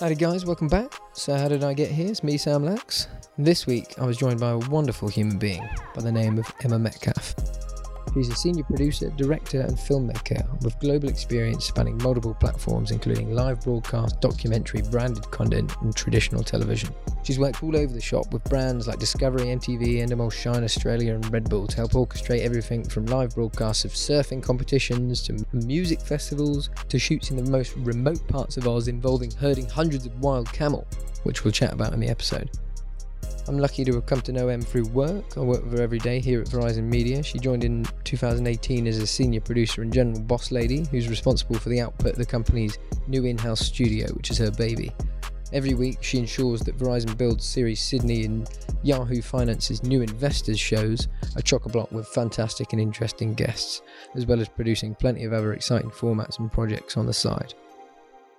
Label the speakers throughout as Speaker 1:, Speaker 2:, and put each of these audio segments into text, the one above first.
Speaker 1: Howdy, guys, welcome back. So, how did I get here? It's me, Sam Lax. This week, I was joined by a wonderful human being by the name of Emma Metcalf. She's a senior producer, director, and filmmaker with global experience spanning multiple platforms, including live broadcast, documentary, branded content, and traditional television. She's worked all over the shop with brands like Discovery, MTV, Endemol, Shine Australia, and Red Bull to help orchestrate everything from live broadcasts of surfing competitions to music festivals to shoots in the most remote parts of Oz involving herding hundreds of wild camel, which we'll chat about in the episode. I'm lucky to have come to know Em through work. I work with her every day here at Verizon Media. She joined in 2018 as a senior producer and general boss lady who's responsible for the output of the company's new in house studio, which is her baby. Every week, she ensures that Verizon Builds Series Sydney and Yahoo Finance's new investors shows are chock a block with fantastic and interesting guests, as well as producing plenty of other exciting formats and projects on the side.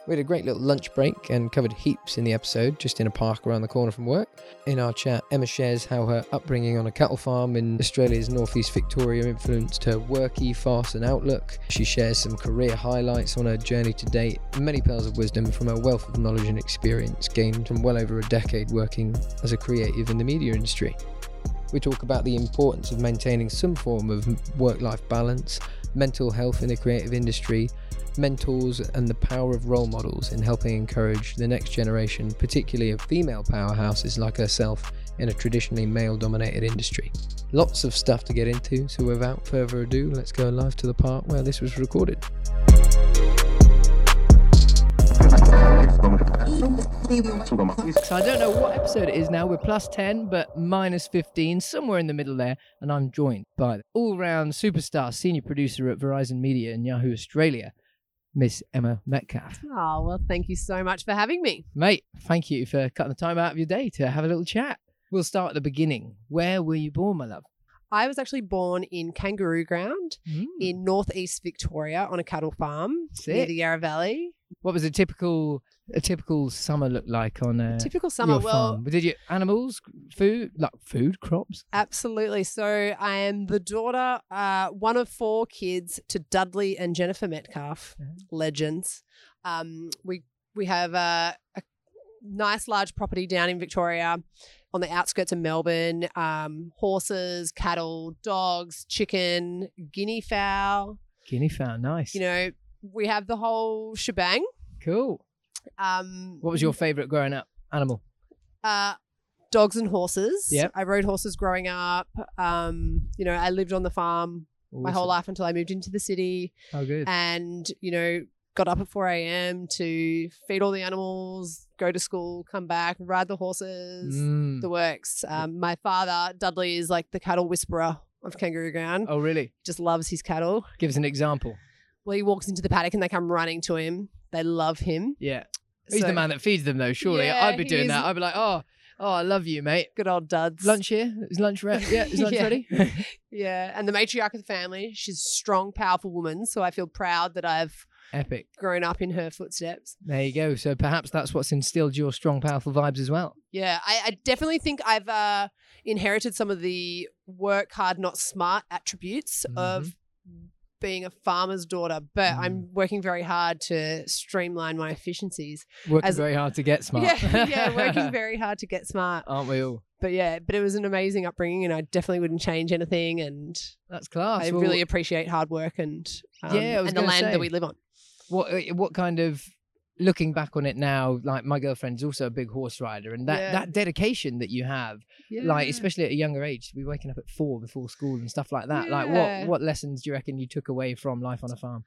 Speaker 1: We had a great little lunch break and covered heaps in the episode, just in a park around the corner from work. In our chat, Emma shares how her upbringing on a cattle farm in Australia's northeast Victoria influenced her work ethos and outlook. She shares some career highlights on her journey to date, many pearls of wisdom from her wealth of knowledge and experience gained from well over a decade working as a creative in the media industry. We talk about the importance of maintaining some form of work life balance, mental health in the creative industry, mentors, and the power of role models in helping encourage the next generation, particularly of female powerhouses like herself in a traditionally male dominated industry. Lots of stuff to get into, so without further ado, let's go live to the part where this was recorded.
Speaker 2: So I don't know what episode it is now. We're plus 10, but minus 15, somewhere in the middle there. And I'm joined by the all round superstar, senior producer at Verizon Media and Yahoo Australia, Miss Emma Metcalf.
Speaker 3: Oh, well, thank you so much for having me.
Speaker 2: Mate, thank you for cutting the time out of your day to have a little chat. We'll start at the beginning. Where were you born, my love?
Speaker 3: I was actually born in Kangaroo Ground in northeast Victoria on a cattle farm near
Speaker 2: Hmm. Sick.
Speaker 3: the Yarra Valley.
Speaker 2: What was a typical a typical summer look like on a
Speaker 3: Typical summer.
Speaker 2: your
Speaker 3: Well,
Speaker 2: farm? Did you animals, food, like food crops?
Speaker 3: absolutely. So I am the daughter, uh, one of four kids to Dudley and Jennifer Metcalf,
Speaker 2: Yeah.
Speaker 3: legends. Um, we we have a, a nice large property down in Victoria. On the outskirts of Melbourne, um, horses, cattle, dogs, chicken, guinea fowl,
Speaker 2: Guinea fowl, nice.
Speaker 3: you know, we have the whole shebang.
Speaker 2: cool.
Speaker 3: Um,
Speaker 2: What was your favorite growing up animal?
Speaker 3: uh, dogs and horses?
Speaker 2: Yep.
Speaker 3: I rode horses growing up. Um, you know, I lived on the farm my whole
Speaker 2: Awesome.
Speaker 3: life until I moved into the city,
Speaker 2: Oh, good.
Speaker 3: and you know, got up at four a.m. to feed all the animals, go to school, come back, ride the horses,
Speaker 2: Mm.
Speaker 3: the works. Um, my father Dudley is like the cattle whisperer of Kangaroo Ground.
Speaker 2: Oh, really?
Speaker 3: Just loves his cattle.
Speaker 2: Give us an example.
Speaker 3: Well, he walks into the paddock and they come running to him. They love him.
Speaker 2: Yeah. He's
Speaker 3: So-
Speaker 2: the man that feeds them, though. Surely,
Speaker 3: Yeah,
Speaker 2: I'd be doing
Speaker 3: he's-
Speaker 2: that. I'd be like, oh, oh, I love you, mate.
Speaker 3: Good old duds.
Speaker 2: Lunch here? Is lunch ready? Yeah, is lunch
Speaker 3: Yeah.
Speaker 2: ready?
Speaker 3: Yeah, and the matriarch of the family. She's a strong, powerful woman, so I feel proud that I've
Speaker 2: Epic.
Speaker 3: grown up in her footsteps.
Speaker 2: There you go. So perhaps that's what's instilled your strong, powerful vibes as well.
Speaker 3: Yeah, I, I definitely think I've uh, inherited some of the work hard, not smart attributes
Speaker 2: Mm-hmm.
Speaker 3: of being a farmer's daughter,
Speaker 2: Mm.
Speaker 3: but I'm working very hard to streamline my efficiencies.
Speaker 2: Working
Speaker 3: As-
Speaker 2: very hard to get smart.
Speaker 3: Yeah, yeah, working very hard to get smart.
Speaker 2: Aren't we all?
Speaker 3: But yeah, but it was an amazing upbringing, and I definitely wouldn't change anything. And
Speaker 2: That's class.
Speaker 3: I
Speaker 2: Well,
Speaker 3: really appreciate hard work and um,
Speaker 2: Yeah, I was
Speaker 3: and the
Speaker 2: gonna
Speaker 3: land
Speaker 2: say.
Speaker 3: that we live on.
Speaker 2: what uh, what kind of looking back on it now? Like my girlfriend's also a big horse rider, and that
Speaker 3: Yeah.
Speaker 2: that dedication that you have, like especially at a younger age, to be waking up at four before school and stuff like that. Like
Speaker 3: Yeah.
Speaker 2: what what lessons do you reckon you took away from life on a farm?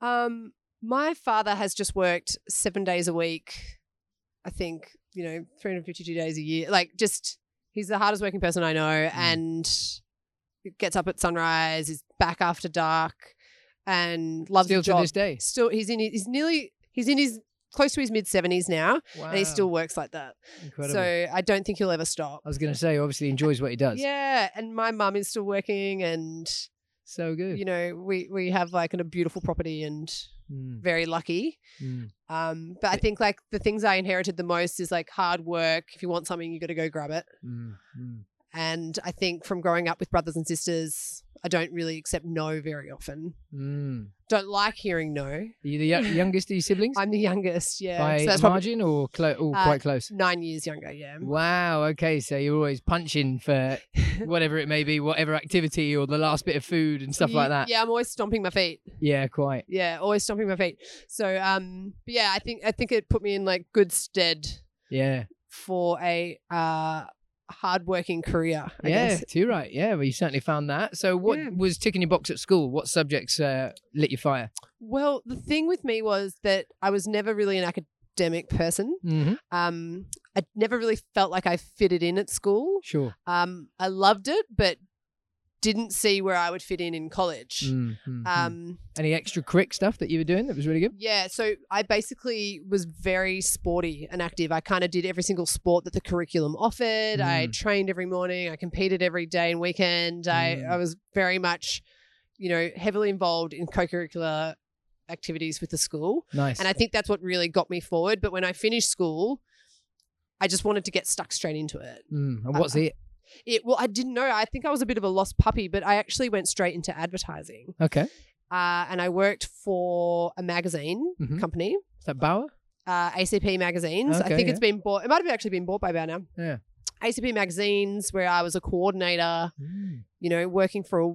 Speaker 3: Um, my father has just worked seven days a week. I think you know, 352 days a year. Like, just he's the hardest working person I know,
Speaker 2: Hmm.
Speaker 3: and gets up at sunrise, is back after dark, and loves
Speaker 2: Still
Speaker 3: his
Speaker 2: to
Speaker 3: job.
Speaker 2: this day.
Speaker 3: Still, he's in. He's nearly. He's in his close to his mid 70s now, and he still works like that.
Speaker 2: incredible.
Speaker 3: So I don't think he'll ever stop.
Speaker 2: I was gonna say, obviously enjoys what he does.
Speaker 3: Yeah, and my mum is still working, and
Speaker 2: So good.
Speaker 3: you know, we we have like a beautiful property and
Speaker 2: Mm,
Speaker 3: very lucky.
Speaker 2: mm.
Speaker 3: Um, but I think like the things I inherited the most is like hard work. If you want something, you got to go grab it.
Speaker 2: Mm, mm.
Speaker 3: And I think from growing up with brothers and sisters, I don't really accept no very often.
Speaker 1: Mm.
Speaker 3: Don't like hearing no.
Speaker 1: Are you the yo- youngest of your siblings?
Speaker 3: I'm the youngest, yeah.
Speaker 1: By
Speaker 3: so that's
Speaker 1: a
Speaker 3: probably
Speaker 1: margin or clo- oh,
Speaker 3: Uh,
Speaker 1: quite close?
Speaker 3: nine years younger, yeah.
Speaker 1: Wow. Okay. So you're always punching for whatever it may be, whatever activity or the last bit of food and stuff
Speaker 3: Ye-
Speaker 1: like that.
Speaker 3: Yeah, I'm always stomping my feet.
Speaker 1: Yeah, quite.
Speaker 3: Yeah, always stomping my feet. So um but yeah, I think I think it put me in like good stead
Speaker 1: Yeah.
Speaker 3: for a uh hardworking career, I
Speaker 1: yeah,
Speaker 3: guess.
Speaker 1: too right. Yeah, well, you certainly found that. So, what
Speaker 3: Yeah.
Speaker 1: was ticking your box at school? What subjects uh, lit your fire?
Speaker 3: Well, the thing with me was that I was never really an academic person.
Speaker 1: Mm-hmm.
Speaker 3: Um, I never really felt like I fitted in at school.
Speaker 1: Sure.
Speaker 3: Um, I loved it, but didn't see where I would fit in in college.
Speaker 1: Mm, mm, mm.
Speaker 3: Um,
Speaker 1: Any extra crick stuff that you were doing that was really good?
Speaker 3: yeah, so I basically was very sporty and active. I kind of did every single sport that the curriculum offered. I
Speaker 1: Mm.
Speaker 3: trained every morning. I competed every day and weekend. I,
Speaker 1: Mm.
Speaker 3: I was very much, you know, heavily involved in co-curricular activities with the school.
Speaker 1: Nice.
Speaker 3: And I think that's what really got me forward. But when I finished school, I just wanted to get stuck straight into it.
Speaker 1: Mm, and what's it?
Speaker 3: It well, I didn't know. I think I was a bit of a lost puppy, but I actually went straight into advertising.
Speaker 1: Okay. Is
Speaker 3: Uh, and I worked for a magazine
Speaker 1: Mhm.
Speaker 3: company,
Speaker 1: that Bauer?
Speaker 3: uh, ACP Magazines. I
Speaker 1: Okay,
Speaker 3: think
Speaker 1: yeah.
Speaker 3: it's been bought. It might have actually been bought by about now.
Speaker 1: Yeah.
Speaker 3: ACP Magazines, where I was a coordinator.
Speaker 1: Mm.
Speaker 3: You know, working for a,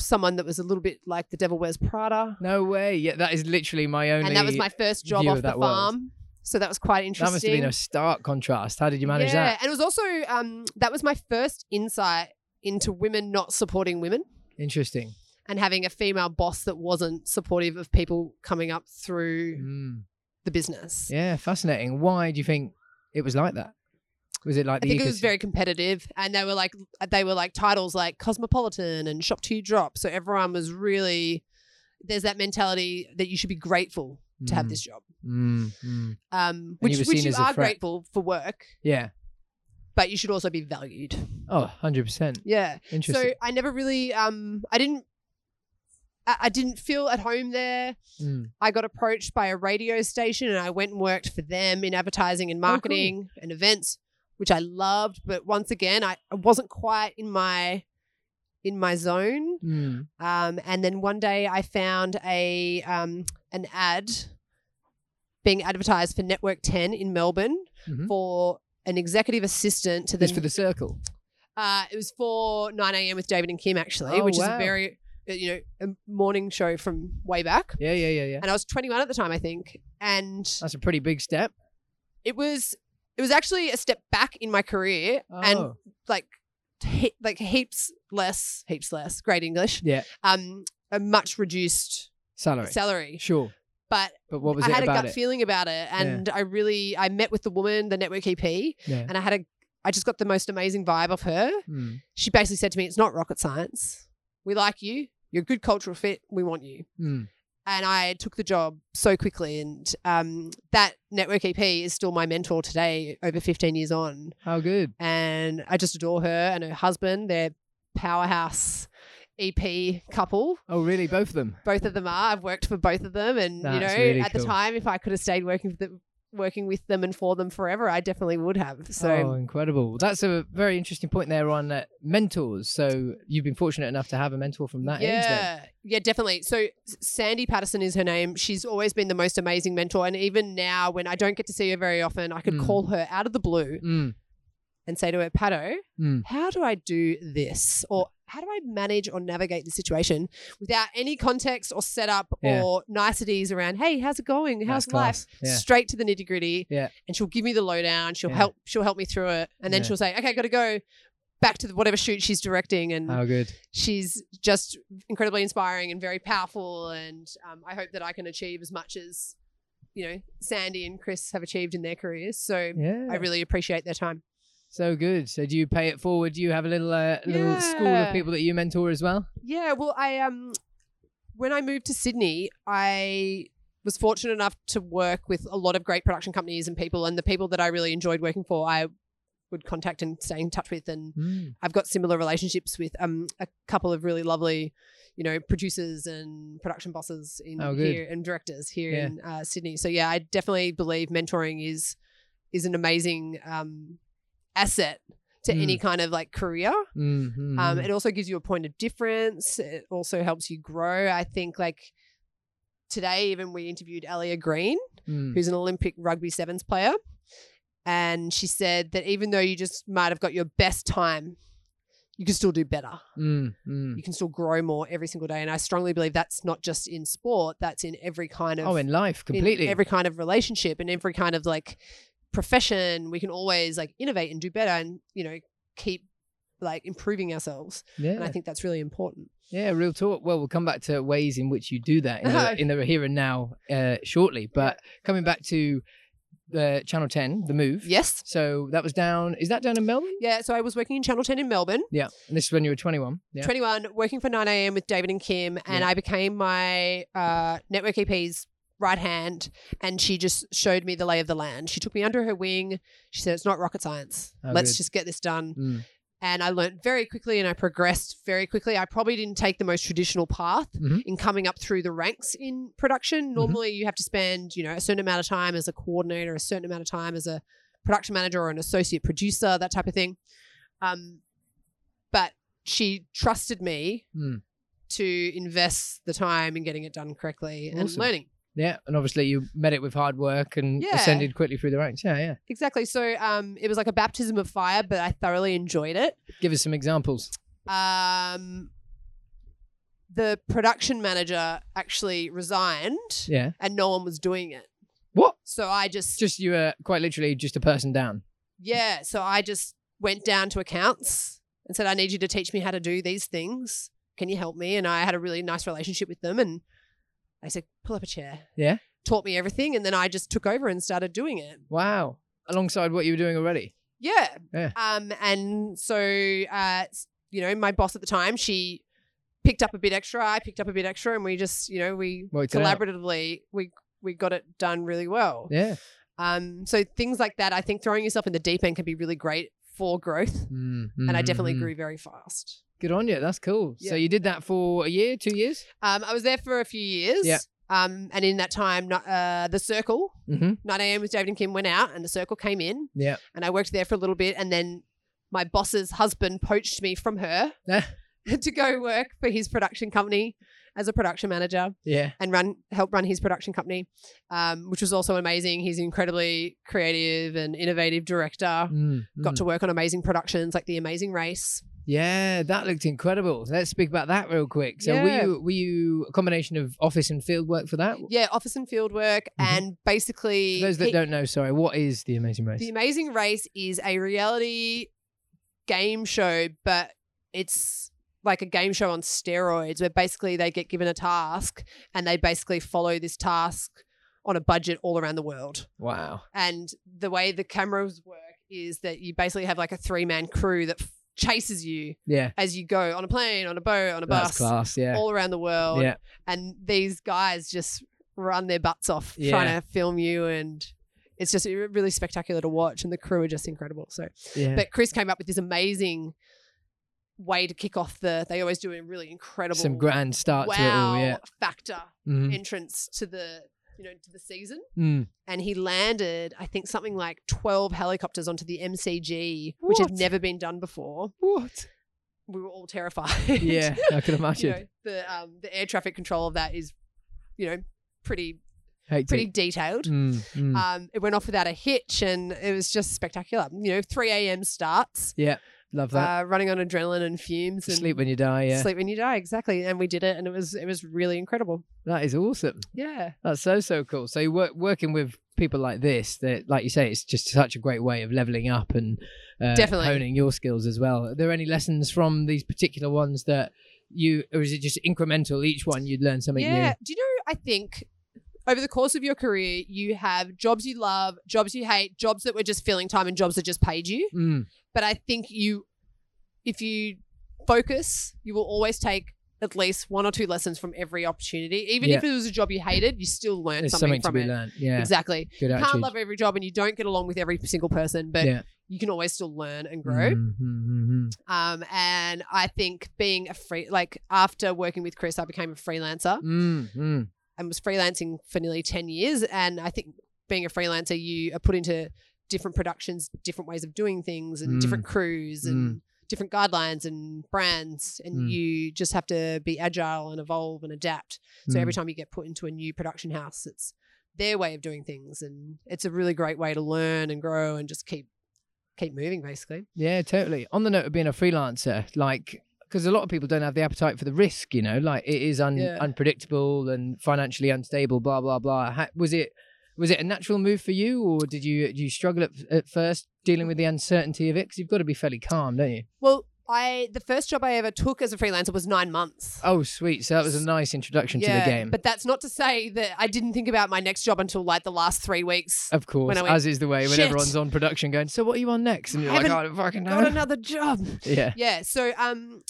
Speaker 3: someone that was a little bit like the Devil Wears Prada,
Speaker 1: No way. Yeah, that is literally my only.
Speaker 3: and that was my first job
Speaker 1: view
Speaker 3: off
Speaker 1: of
Speaker 3: the
Speaker 1: that world.
Speaker 3: farm. So that was quite interesting.
Speaker 1: That must have been a stark contrast. How did you manage
Speaker 3: yeah,
Speaker 1: that?
Speaker 3: and it was also um, that was my first insight into women not supporting women
Speaker 1: Interesting.
Speaker 3: and having a female boss that wasn't supportive of people coming up through
Speaker 1: Mm.
Speaker 3: the business.
Speaker 1: Yeah, fascinating. Why do you think it was like that? Was it like
Speaker 3: I
Speaker 1: the
Speaker 3: think it was
Speaker 1: ecosystem?
Speaker 3: very competitive, and they were like they were like titles like Cosmopolitan and Shop Two Drop. So everyone was really there's that mentality that you should be grateful to have
Speaker 1: Mm.
Speaker 3: this job,
Speaker 1: Mm, mm.
Speaker 3: um,
Speaker 1: you
Speaker 3: which
Speaker 1: were
Speaker 3: which
Speaker 1: seen
Speaker 3: you
Speaker 1: as a
Speaker 3: are
Speaker 1: threat.
Speaker 3: grateful for work,
Speaker 1: Yeah.
Speaker 3: but you should also be valued.
Speaker 1: Oh, 100%.
Speaker 3: Yeah,
Speaker 1: Interesting.
Speaker 3: So I never really, um, I didn't, I, I didn't feel at home there.
Speaker 1: Mm.
Speaker 3: I got approached by a radio station and I went and worked for them in advertising and
Speaker 1: Oh, cool.
Speaker 3: marketing and events, which I loved. But once again, I, I wasn't quite in my, in my zone.
Speaker 1: Mm.
Speaker 3: Um, and then one day I found a, um, an ad being advertised for Network 10 in Melbourne
Speaker 1: Mhm.
Speaker 3: for an executive assistant to the
Speaker 1: This for the circle.
Speaker 3: uh, it was for 9 a.m. with David and Kim, actually,
Speaker 1: Oh,
Speaker 3: which is a
Speaker 1: wow.
Speaker 3: very, uh, you know, a morning show from way back.
Speaker 1: Yeah, yeah, yeah, yeah.
Speaker 3: And I was 21 at the time, I think. And
Speaker 1: That's a pretty big step.
Speaker 3: it was, it was actually a step back in my career and
Speaker 1: Oh.
Speaker 3: like, he- like heaps less, heaps less, great English.
Speaker 1: Yeah.
Speaker 3: Um, a much reduced
Speaker 1: salary.
Speaker 3: salary.
Speaker 1: sure.
Speaker 3: But
Speaker 1: But what was
Speaker 3: I
Speaker 1: it
Speaker 3: had a
Speaker 1: about
Speaker 3: gut
Speaker 1: it?
Speaker 3: feeling about it. And I really, I met with the woman, the network EP,
Speaker 1: Yeah.
Speaker 3: and I had a, I just got the most amazing vibe off her.
Speaker 1: Mm.
Speaker 3: she basically said to me, It's not rocket science. We like you. You're a good cultural fit. We want you.
Speaker 1: Mm.
Speaker 3: And I took the job so quickly. And um, that network EP is still my mentor today, over 15 years on.
Speaker 1: How good.
Speaker 3: And I just adore her and her husband. They're powerhouse EP couple.
Speaker 1: Oh, really? Both of them?
Speaker 3: Both of them are. I've worked for both of them. And, you know,
Speaker 1: That's really
Speaker 3: at
Speaker 1: cool.
Speaker 3: the time, if I could have stayed working for them, working with them and for them forever, I definitely would have. So,
Speaker 1: oh, incredible. That's a very interesting point there on uh, mentors. So you've been fortunate enough to have a mentor from that age then.
Speaker 3: yeah, yeah, definitely. So S- Sandy Patterson is her name. She's always been the most amazing mentor, and even now, when I don't get to see her very often, I could
Speaker 1: Mm.
Speaker 3: call her out of the blue
Speaker 1: Mm.
Speaker 3: and say to her, "Pato,
Speaker 1: Mm.
Speaker 3: how do I do this, or how do I manage or navigate this situation without any context or setup
Speaker 1: Yeah.
Speaker 3: or niceties around? Hey, how's it going? How's
Speaker 1: That's
Speaker 3: life?
Speaker 1: class. Yeah.
Speaker 3: Straight to the nitty gritty.
Speaker 1: Yeah.
Speaker 3: and she'll give me the lowdown. She'll
Speaker 1: Yeah.
Speaker 3: help. She'll help me through it, and then
Speaker 1: Yeah.
Speaker 3: she'll say, "Okay, got to go." Back to the, whatever shoot she's directing, and
Speaker 1: How good.
Speaker 3: she's just incredibly inspiring and very powerful and um, i hope that i can achieve as much as you know sandy and chris have achieved in their careers so
Speaker 1: Yeah.
Speaker 3: i really appreciate their time
Speaker 1: so good. So do you pay it forward? Do you have a little uh, little school of
Speaker 3: Yeah.
Speaker 1: people that you mentor as well?
Speaker 3: yeah well i um when i moved to sydney i was fortunate enough to work with a lot of great production companies and people and the people that i really enjoyed working for i would contact and stay in touch with and
Speaker 1: Mm.
Speaker 3: I've got similar relationships with um a couple of really lovely, you know, producers and production bosses in
Speaker 1: Oh, good.
Speaker 3: here and directors here
Speaker 1: Yeah.
Speaker 3: in uh, Sydney. So yeah, I definitely believe mentoring is is an amazing um asset to
Speaker 1: Mm.
Speaker 3: any kind of like career.
Speaker 1: Mm-hmm.
Speaker 3: Um, it also gives you a point of difference. It also helps you grow. I think like today, even we interviewed Elia Green,
Speaker 1: Mm-hmm. Hmm.
Speaker 3: who's an Olympic rugby sevens player, and she said that even though you just might have got your best time, you can still do better.
Speaker 1: Mm-hmm. Hmm.
Speaker 3: You can still grow more every single day. And I strongly believe that's not just in sport; that's in every kind of
Speaker 1: Oh, in life,
Speaker 3: in
Speaker 1: completely.
Speaker 3: every kind of relationship and every kind of like profession. We can always like innovate and do better, and you know keep like improving ourselves and
Speaker 1: yeah,
Speaker 3: I think that's really important.
Speaker 1: yeah, real talk. Well, we'll come back to ways in which you do that in
Speaker 3: No.
Speaker 1: the, in the here and now uh, shortly. But coming back to the Channel 10, the move.
Speaker 3: Yes.
Speaker 1: So that was down. Is that down in Melbourne?
Speaker 3: Yeah. So I was working in Channel 10 in Melbourne,
Speaker 1: Yeah. And this is when you were 21. Yeah.
Speaker 3: 21, working for 9 a.m. with David and Kim, and
Speaker 1: Yeah.
Speaker 3: I became my uh, network EP's right hand, and she just showed me the lay of the land. She took me under her wing. She said, "It's not rocket science.
Speaker 1: Oh,
Speaker 3: Let's
Speaker 1: good.
Speaker 3: just get this done."
Speaker 1: Mm.
Speaker 3: And I learnt very quickly, and I progressed very quickly. I probably didn't take the most traditional path.
Speaker 1: Mhm.
Speaker 3: In coming up through the ranks in production,
Speaker 1: Mm-hmm.
Speaker 3: normally you have to spend, you know, a certain amount of time as a coordinator, a certain amount of time as a production manager or an associate producer, that type of thing. Um, but she trusted me
Speaker 1: Mm.
Speaker 3: to invest the time in getting it done correctly and
Speaker 1: Awesome.
Speaker 3: learning.
Speaker 1: Yeah. And obviously you met it with hard work and
Speaker 3: Yeah.
Speaker 1: ascended quickly through the ranks. Yeah. Yeah.
Speaker 3: Exactly. So um, it was like a baptism of fire, but I thoroughly enjoyed it.
Speaker 1: Give us some examples.
Speaker 3: Um, the production manager actually resigned
Speaker 1: Yeah.
Speaker 3: and no one was doing it.
Speaker 1: What?
Speaker 3: So I just,
Speaker 1: Just you were quite literally just a person down.
Speaker 3: yeah, so I just went down to accounts and said, I need you to teach me how to do these things. Can you help me? And I had a really nice relationship with them. And I said, pull up a chair.
Speaker 1: Yeah.
Speaker 3: Taught me everything. And then I just took over and started doing it.
Speaker 1: Wow. Alongside what you were doing already.
Speaker 3: Yeah.
Speaker 1: Yeah.
Speaker 3: Um, and so, uh, s- you know, my boss at the time, she picked up a bit extra. I picked up a bit extra, and we just, you know, we
Speaker 1: Worked it out.
Speaker 3: collaboratively we we got it done really well.
Speaker 1: Yeah.
Speaker 3: Um, so things like that, I think throwing yourself in the deep end can be really great for growth,
Speaker 1: Mm,
Speaker 3: and I
Speaker 1: mhm,
Speaker 3: definitely
Speaker 1: mhm.
Speaker 3: grew very fast.
Speaker 1: Good on you. That's cool. So
Speaker 3: Yeah.
Speaker 1: you did that for a year, two years.
Speaker 3: Um, I was there for a few years.
Speaker 1: Yeah.
Speaker 3: Um, and in that time, no- uh, the circle
Speaker 1: Mm-hmm.
Speaker 3: 9 a.m. with David and Kim went out, and the circle came in,
Speaker 1: Yeah.
Speaker 3: and I worked there for a little bit, and then my boss's husband poached me from her. to go work for his production company as a production manager
Speaker 1: yeah.
Speaker 3: and run help run his production company, um, which was also amazing. He's an incredibly creative and innovative director.
Speaker 1: Mm,
Speaker 3: Got
Speaker 1: mm.
Speaker 3: to work on amazing productions like The Amazing Race.
Speaker 1: Yeah, that looked incredible. Let's speak about that real quick. So
Speaker 3: Yeah.
Speaker 1: were you were you a combination of office and field work for that?
Speaker 3: Yeah, office and field work,
Speaker 1: Mhm.
Speaker 3: and basically
Speaker 1: For those that
Speaker 3: he-
Speaker 1: don't know, sorry, what is the Amazing Race?
Speaker 3: The Amazing Race is a reality game show, but it's like a game show on steroids where basically they get given a task and they basically follow this task on a budget all around the world.
Speaker 1: wow.
Speaker 3: And the way the cameras work is that you basically have like a three man crew that f- chases you
Speaker 1: Yeah.
Speaker 3: as you go on a plane, on a boat, on a
Speaker 1: That's
Speaker 3: bus,
Speaker 1: class. Yeah.
Speaker 3: all around the world.
Speaker 1: Yeah.
Speaker 3: And these guys just run their butts off
Speaker 1: Yeah.
Speaker 3: trying to film you. And it's just re- really spectacular to watch. And the crew are just incredible. So,
Speaker 1: yeah.
Speaker 3: but Chris came up with this amazing way to kick off the, they always do a really incredible
Speaker 1: Some grand start to it all.
Speaker 3: wow
Speaker 1: Yeah.
Speaker 3: factor
Speaker 1: Mhm.
Speaker 3: entrance to the, you know, to the season
Speaker 1: Mm.
Speaker 3: and he landed, I think, something like 12 helicopters onto the MCG, which had
Speaker 1: What?
Speaker 3: never been done before.
Speaker 1: What?
Speaker 3: We were all terrified.
Speaker 1: Yeah, I could
Speaker 3: you
Speaker 1: imagine.
Speaker 3: know, the, um, the air traffic control of that is, you know, pretty,
Speaker 1: Hectic.
Speaker 3: pretty detailed.
Speaker 1: Mm, mm.
Speaker 3: Um, it went off without a hitch and it was just spectacular. You know, 3 a.m. starts,
Speaker 1: Love that.
Speaker 3: uh, running on adrenaline and fumes and
Speaker 1: Sleep when you die. Yeah.
Speaker 3: sleep when you die. Exactly. And we did it and it was, it was really incredible.
Speaker 1: That is awesome.
Speaker 3: Yeah.
Speaker 1: That's so so cool. So you work working with people like this, that like you say, it's just such a great way of leveling up and uh,
Speaker 3: Definitely.
Speaker 1: honing your skills as well. Are there any lessons from these particular ones that you, or is it just incremental? Each one you'd learn something
Speaker 3: yeah. Do you know? I think over the course of your career, you have jobs you love, jobs you hate, jobs that were just filling time, and jobs that just paid you.
Speaker 1: new. Mm,
Speaker 3: But I think you, if you focus, you will always take at least one or two lessons from every opportunity. Even if it was a job you hated, you still learned
Speaker 1: there's
Speaker 3: something,
Speaker 1: something, to
Speaker 3: from
Speaker 1: be
Speaker 3: it.
Speaker 1: learned. Yeah,
Speaker 3: Exactly.
Speaker 1: good
Speaker 3: You
Speaker 1: attitude.
Speaker 3: can't love every job and you don't get along with every single person, but
Speaker 1: Yeah.
Speaker 3: you can always still learn and grow.
Speaker 1: Mm, mm, mm, mm.
Speaker 3: Um, and I think being a free, like after working with Chris, I became a freelancer
Speaker 1: Mm, mm.
Speaker 3: and was freelancing for nearly 10 years. And I think being a freelancer, you are put into different productions, different ways of doing things, and different crews, and different guidelines and brands. And
Speaker 1: Mm.
Speaker 3: you just have to be agile and evolve and adapt. So every time you get put into a new production house, it's their way of doing things, and it's a really great way to learn and grow and just keep keep moving, basically.
Speaker 1: Yeah, totally. On the note of being a freelancer, like because a lot of people don't have the appetite for the risk, you know, like it is un-
Speaker 3: Yeah.
Speaker 1: unpredictable and financially unstable, blah blah blah. Ha was it was it a natural move for you, or did you did you struggle at, at first dealing with the uncertainty of it? Because you've got to be fairly calm, don't you?
Speaker 3: Well, I the first job I ever took as a freelancer was nine months.
Speaker 1: Oh, sweet. So that was a nice introduction to the game.
Speaker 3: But that's not to say that I didn't think about my next job until like the last three weeks.
Speaker 1: of course,
Speaker 3: I went,
Speaker 1: as is the way when
Speaker 3: "Shit."
Speaker 1: everyone's on production going. So what are you on next? And you're like,
Speaker 3: Haven't
Speaker 1: "Oh, I don't fucking
Speaker 3: Got
Speaker 1: know.
Speaker 3: another job.
Speaker 1: Yeah.
Speaker 3: Yeah. So um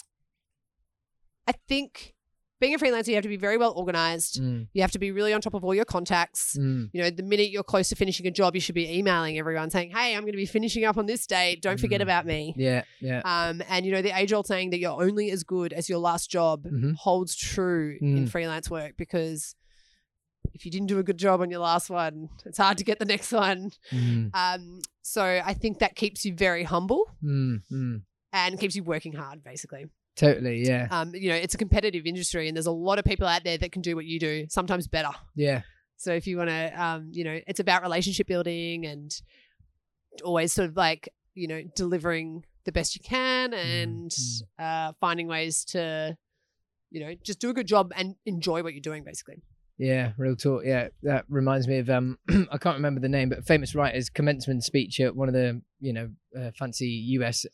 Speaker 3: I think being a freelancer, you have to be very well organized.
Speaker 1: Mm,
Speaker 3: You have to be really on top of all your contacts.
Speaker 1: mm,
Speaker 3: You know, the minute you're close to finishing a job, you should be emailing everyone saying, Hey, I'm gonna be finishing up on this date. Don't forget
Speaker 1: Mm.
Speaker 3: about me.
Speaker 1: yeah. Yeah.
Speaker 3: Um, and you know, the age old saying that you're only as good as your last job
Speaker 1: Mhm.
Speaker 3: holds true in
Speaker 1: Mm.
Speaker 3: freelance work because if you didn't do a good job on your last one, it's hard to get the next one.
Speaker 1: Mm,
Speaker 3: Um, so I think that keeps you very humble
Speaker 1: mm, mm.
Speaker 3: and keeps you working hard, basically.
Speaker 1: Totally. Yeah.
Speaker 3: Um, you know, it's a competitive industry and there's a lot of people out there that can do what you do, sometimes better.
Speaker 1: Yeah.
Speaker 3: So if you want to, um, you know, it's about relationship building and always sort of like, you know, delivering the best you can and
Speaker 1: mm.
Speaker 3: uh, finding ways to, you know, just do a good job and enjoy what you're doing, basically.
Speaker 1: Yeah, real talk. Yeah, that reminds me of um, I can't remember the name, but a famous writer's commencement speech at one of the you know uh, fancy U.S.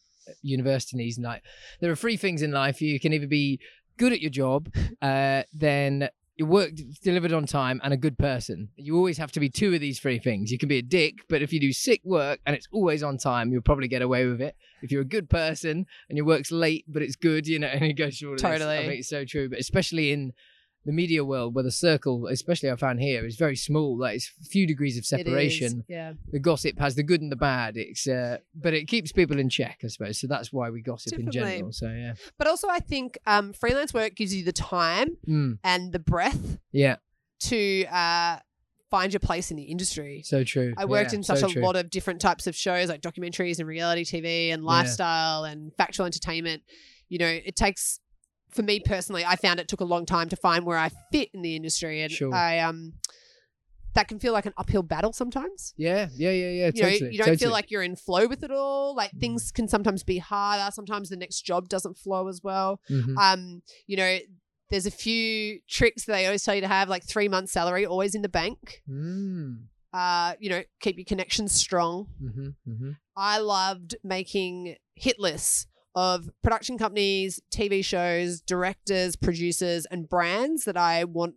Speaker 1: universities, and like there are three things in life: you can either be good at your job, uh, then your work d- delivered on time, and a good person. You always have to be two of these three things. You can be a dick, but if you do sick work and it's always on time, you'll probably get away with it. If you're a good person and your work's late but it's good, you know, and it goes through all of this. I
Speaker 3: Totally.
Speaker 1: think it's so true, but especially in the media world where the circle, especially I found here, is very small. Like it's a few degrees of
Speaker 3: It is,
Speaker 1: separation.
Speaker 3: Yeah.
Speaker 1: The gossip has the good and the bad. It's uh, but it keeps people in check, I suppose. So that's why we gossip in
Speaker 3: Definitely.
Speaker 1: general. So yeah,
Speaker 3: But also, I think um, freelance work gives you the time
Speaker 1: Mm,
Speaker 3: and the breath
Speaker 1: yeah,
Speaker 3: to uh, find your place in the industry.
Speaker 1: so true.
Speaker 3: I worked
Speaker 1: Yeah,
Speaker 3: in such
Speaker 1: so
Speaker 3: a
Speaker 1: true.
Speaker 3: lot of different types of shows, like documentaries and reality TV and
Speaker 1: Yeah.
Speaker 3: lifestyle and factual entertainment. You know, it takes for me personally. I found it took a long time to find where I fit in the industry, and
Speaker 1: Sure.
Speaker 3: I um that can feel like an uphill battle sometimes.
Speaker 1: Yeah, yeah, yeah, yeah.
Speaker 3: You know,
Speaker 1: totally,
Speaker 3: you don't
Speaker 1: totally.
Speaker 3: feel like you're in flow with it all. Like
Speaker 1: Mm.
Speaker 3: things can sometimes be harder. Sometimes the next job doesn't flow as well.
Speaker 1: Mhm.
Speaker 3: Um, you know, there's a few tricks that they always tell you to have, like three months salary always in the bank.
Speaker 1: Mm,
Speaker 3: Uh, you know, keep your connections strong.
Speaker 1: mhm, mhm.
Speaker 3: I loved making hit lists of production companies, TV shows, directors, producers, and brands that I want,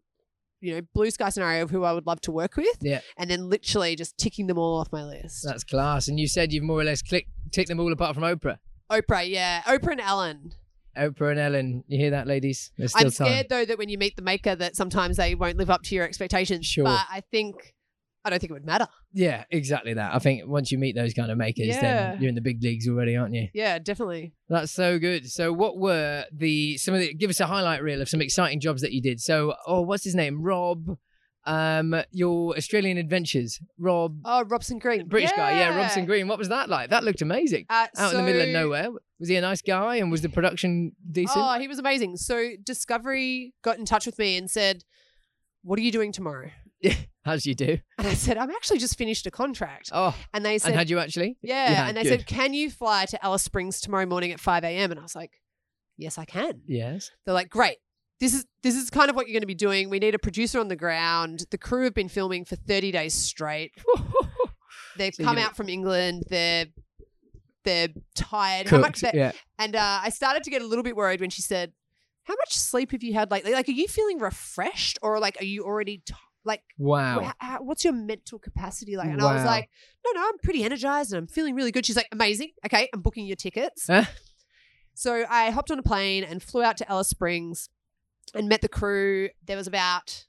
Speaker 3: you know, blue sky scenario of who I would love to work with.
Speaker 1: Yeah.
Speaker 3: And then literally just ticking them all off my list.
Speaker 1: That's class. And you said you've more or less clicked, ticked them all apart from Oprah.
Speaker 3: Oprah, yeah. Oprah and Ellen.
Speaker 1: Oprah and Ellen. You hear that, ladies? There's still
Speaker 3: I'm
Speaker 1: time.
Speaker 3: scared though that when you meet the maker that sometimes they won't live up to your expectations.
Speaker 1: Sure.
Speaker 3: But I think I don't think it would matter.
Speaker 1: Yeah, exactly that. I think once you meet those kind of makers,
Speaker 3: Yeah.
Speaker 1: then you're in the big leagues already, aren't you?
Speaker 3: Yeah, definitely.
Speaker 1: That's so good. So, what were the some of the? Give us a highlight reel of some exciting jobs that you did. So, oh, what's his name? Rob, um, your Australian adventures. Rob,
Speaker 3: Oh, Robson Green.
Speaker 1: British guy, yeah, Robson Green. What was that like? That looked amazing.
Speaker 3: Uh,
Speaker 1: Out in the middle of
Speaker 3: so-
Speaker 1: nowhere. Was he a nice guy? And was the production decent?
Speaker 3: Oh, he was amazing. So Discovery got in touch with me and said, "What are you doing tomorrow?"
Speaker 1: As you do.
Speaker 3: And I said, "I'm actually just finished a contract."
Speaker 1: Oh,
Speaker 3: And they said,
Speaker 1: and had you actually?
Speaker 3: "Yeah."
Speaker 1: yeah,
Speaker 3: and they
Speaker 1: good.
Speaker 3: said, "Can you fly to Alice Springs tomorrow morning at 5 a.m.?" And I was like, "Yes, I can."
Speaker 1: Yes.
Speaker 3: They're like, "Great." This is this is kind of what you're going to be doing. We need a producer on the ground. The crew have been filming for 30 days straight. They've
Speaker 1: So you're
Speaker 3: come
Speaker 1: gonna-
Speaker 3: out from England. They're they're tired. How much
Speaker 1: Cooked.
Speaker 3: they,
Speaker 1: Yeah.
Speaker 3: And uh, I started to get a little bit worried when she said, "How much sleep have you had lately? Like, are you feeling refreshed, or like, are you already t- like,
Speaker 1: Wow.
Speaker 3: wha- how- what's your mental capacity like?" And I was
Speaker 1: Wow.
Speaker 3: like, "No, no, I'm pretty energized and I'm feeling really good." She's like, "Amazing, okay, I'm booking your tickets."
Speaker 1: Huh?
Speaker 3: so I hopped on a plane and flew out to Alice Springs and met the crew. There was about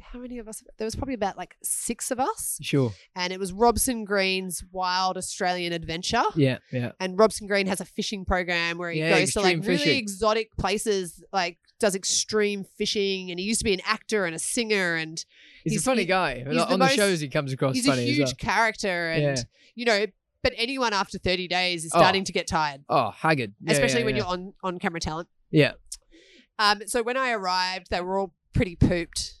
Speaker 3: how many of us? There was probably about like six of us,
Speaker 1: Sure.
Speaker 3: and it was Robson Green's Wild Australian Adventure.
Speaker 1: Yeah. Yeah.
Speaker 3: And Robson Green has a fishing program where he
Speaker 1: Yeah,
Speaker 3: goes to like
Speaker 1: extreme
Speaker 3: really
Speaker 1: fishing.
Speaker 3: exotic places, like does extreme fishing. And he used to be an actor and a singer, and
Speaker 1: He's,
Speaker 3: He's-
Speaker 1: a funny
Speaker 3: he-
Speaker 1: guy.
Speaker 3: he's
Speaker 1: Like,
Speaker 3: the
Speaker 1: on the
Speaker 3: most-
Speaker 1: shows, he comes across
Speaker 3: he's a
Speaker 1: funny
Speaker 3: huge
Speaker 1: as
Speaker 3: character. And
Speaker 1: Yeah.
Speaker 3: you know, but anyone after thirty days is
Speaker 1: Oh.
Speaker 3: starting to get tired,
Speaker 1: well. Oh, haggard. Yeah,
Speaker 3: especially
Speaker 1: yeah,
Speaker 3: when
Speaker 1: yeah.
Speaker 3: you're on on camera talent.
Speaker 1: Yeah.
Speaker 3: Um, so when I arrived, they were all pretty pooped.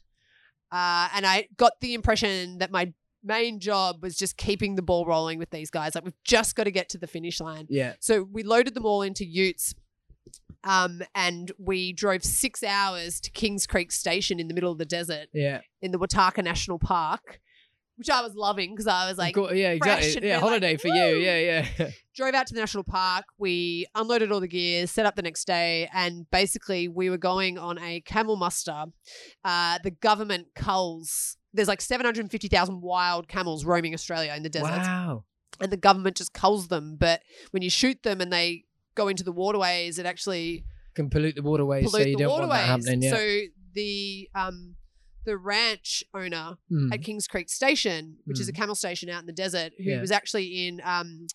Speaker 3: Uh, and I got the impression that my main job was just keeping the ball rolling with these guys. Like, we've just got to get to the finish line.
Speaker 1: Yeah.
Speaker 3: So we loaded them all into utes. Um, and we drove six hours to Kings Creek Station in the middle of the desert
Speaker 1: Yeah.
Speaker 3: in the Wataka National Park, which I was loving because I was
Speaker 1: Like,
Speaker 3: like,
Speaker 1: yeah.
Speaker 3: fresh
Speaker 1: Exactly.
Speaker 3: and
Speaker 1: Yeah.
Speaker 3: we're like,
Speaker 1: Holiday for you.
Speaker 3: "Woo!"
Speaker 1: Yeah. Yeah.
Speaker 3: drove out to the national park. We unloaded all the gear, set up the next day, and basically we were going on a camel muster. Uh, the government culls. There's like 750,000 wild camels roaming Australia in the deserts,
Speaker 1: wow.
Speaker 3: and the government just culls them. But when you shoot them and they go into the waterways, it actually
Speaker 1: Can pollute the waterways,
Speaker 3: pollutes
Speaker 1: so you
Speaker 3: the
Speaker 1: don't want that
Speaker 3: waterways.
Speaker 1: happening. Yeah.
Speaker 3: So the um, the ranch owner
Speaker 1: Mm.
Speaker 3: at Kings Creek Station, which is a camel station out in the desert, who
Speaker 1: Yeah.
Speaker 3: was actually in um,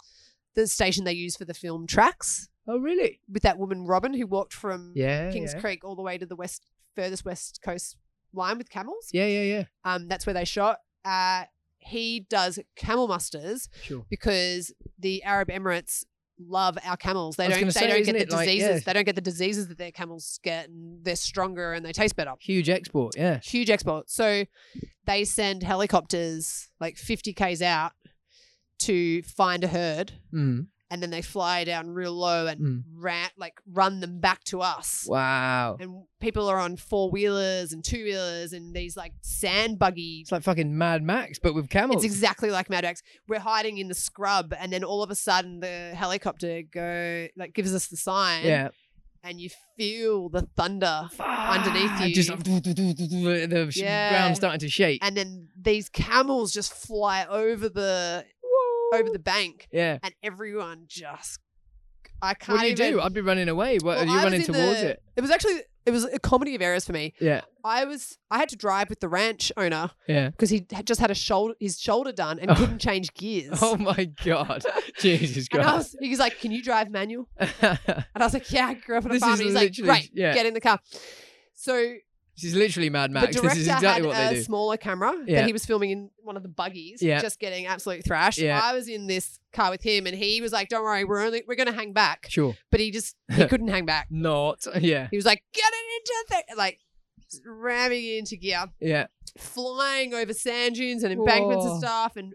Speaker 3: the station they use for the film Tracks
Speaker 1: Oh, really?
Speaker 3: with that woman Robin who walked from
Speaker 1: Yeah.
Speaker 3: Kings
Speaker 1: yeah.
Speaker 3: Creek all the way to the west furthest west coast line with camels.
Speaker 1: Yeah. Yeah. Yeah.
Speaker 3: Um, that's where they shot. Uh, he does camel musters
Speaker 1: Sure.
Speaker 3: because the Arab Emirates love our camels. They
Speaker 1: I was
Speaker 3: don't. They
Speaker 1: gonna say,
Speaker 3: don't
Speaker 1: isn't
Speaker 3: get the
Speaker 1: it like-
Speaker 3: diseases.
Speaker 1: yeah.
Speaker 3: They don't get the diseases that their camels get, and they're stronger and they taste better.
Speaker 1: Huge export. Yeah.
Speaker 3: Huge export. So they send helicopters like 50 k's out to find a herd,
Speaker 1: Mm.
Speaker 3: and then they fly down real low and
Speaker 1: Mm.
Speaker 3: rat like run them back to us.
Speaker 1: Wow.
Speaker 3: And people are on four wheelers and two wheelers and these like sand buggy.
Speaker 1: It's like fucking Mad Max, but with camels.
Speaker 3: It's exactly like Mad Max. We're hiding in the scrub, and then all of a sudden, the helicopter go like gives us the sign,
Speaker 1: yeah.
Speaker 3: and you feel the thunder, underneath
Speaker 1: Ah,
Speaker 3: you.
Speaker 1: Just like, the sh-
Speaker 3: Yeah.
Speaker 1: ground starting to shake.
Speaker 3: and then these camels just fly over the over the bank,
Speaker 1: yeah.
Speaker 3: and everyone just I can't
Speaker 1: What do you
Speaker 3: even.
Speaker 1: do? I'd be running away. What
Speaker 3: Well,
Speaker 1: are
Speaker 3: I
Speaker 1: you
Speaker 3: was
Speaker 1: running
Speaker 3: in
Speaker 1: towards
Speaker 3: the-
Speaker 1: it?
Speaker 3: It was actually it was a comedy of errors for me.
Speaker 1: Yeah.
Speaker 3: I was I had to drive with the ranch owner
Speaker 1: Yeah.
Speaker 3: because he had just had a shoulder his shoulder done and
Speaker 1: Oh.
Speaker 3: couldn't change gears.
Speaker 1: Oh my god. Jesus
Speaker 3: and I
Speaker 1: Christ.
Speaker 3: was, he's like, "Can you drive manual?"
Speaker 1: this
Speaker 3: And I was like, "Yeah, I grew up on a
Speaker 1: This
Speaker 3: farm."
Speaker 1: is
Speaker 3: And he's like,
Speaker 1: literally-
Speaker 3: "Great,
Speaker 1: yeah.
Speaker 3: get in the car." So
Speaker 1: is literally Mad Max.
Speaker 3: the
Speaker 1: This
Speaker 3: director
Speaker 1: is exactly
Speaker 3: had
Speaker 1: what
Speaker 3: a
Speaker 1: they do.
Speaker 3: smaller camera
Speaker 1: Yeah.
Speaker 3: that he was filming in one of the buggies,
Speaker 1: Yeah.
Speaker 3: just getting absolute thrashed.
Speaker 1: Yeah.
Speaker 3: I was in this car with him, and he was like, "Don't worry, we're only we're gonna hang back,"
Speaker 1: Sure.
Speaker 3: but he just he couldn't hang back.
Speaker 1: Not. Yeah.
Speaker 3: He was like, "Get it into the like." Ramming it into gear,
Speaker 1: Yeah.
Speaker 3: flying over sand dunes and embankments
Speaker 1: Woah.
Speaker 3: and stuff, and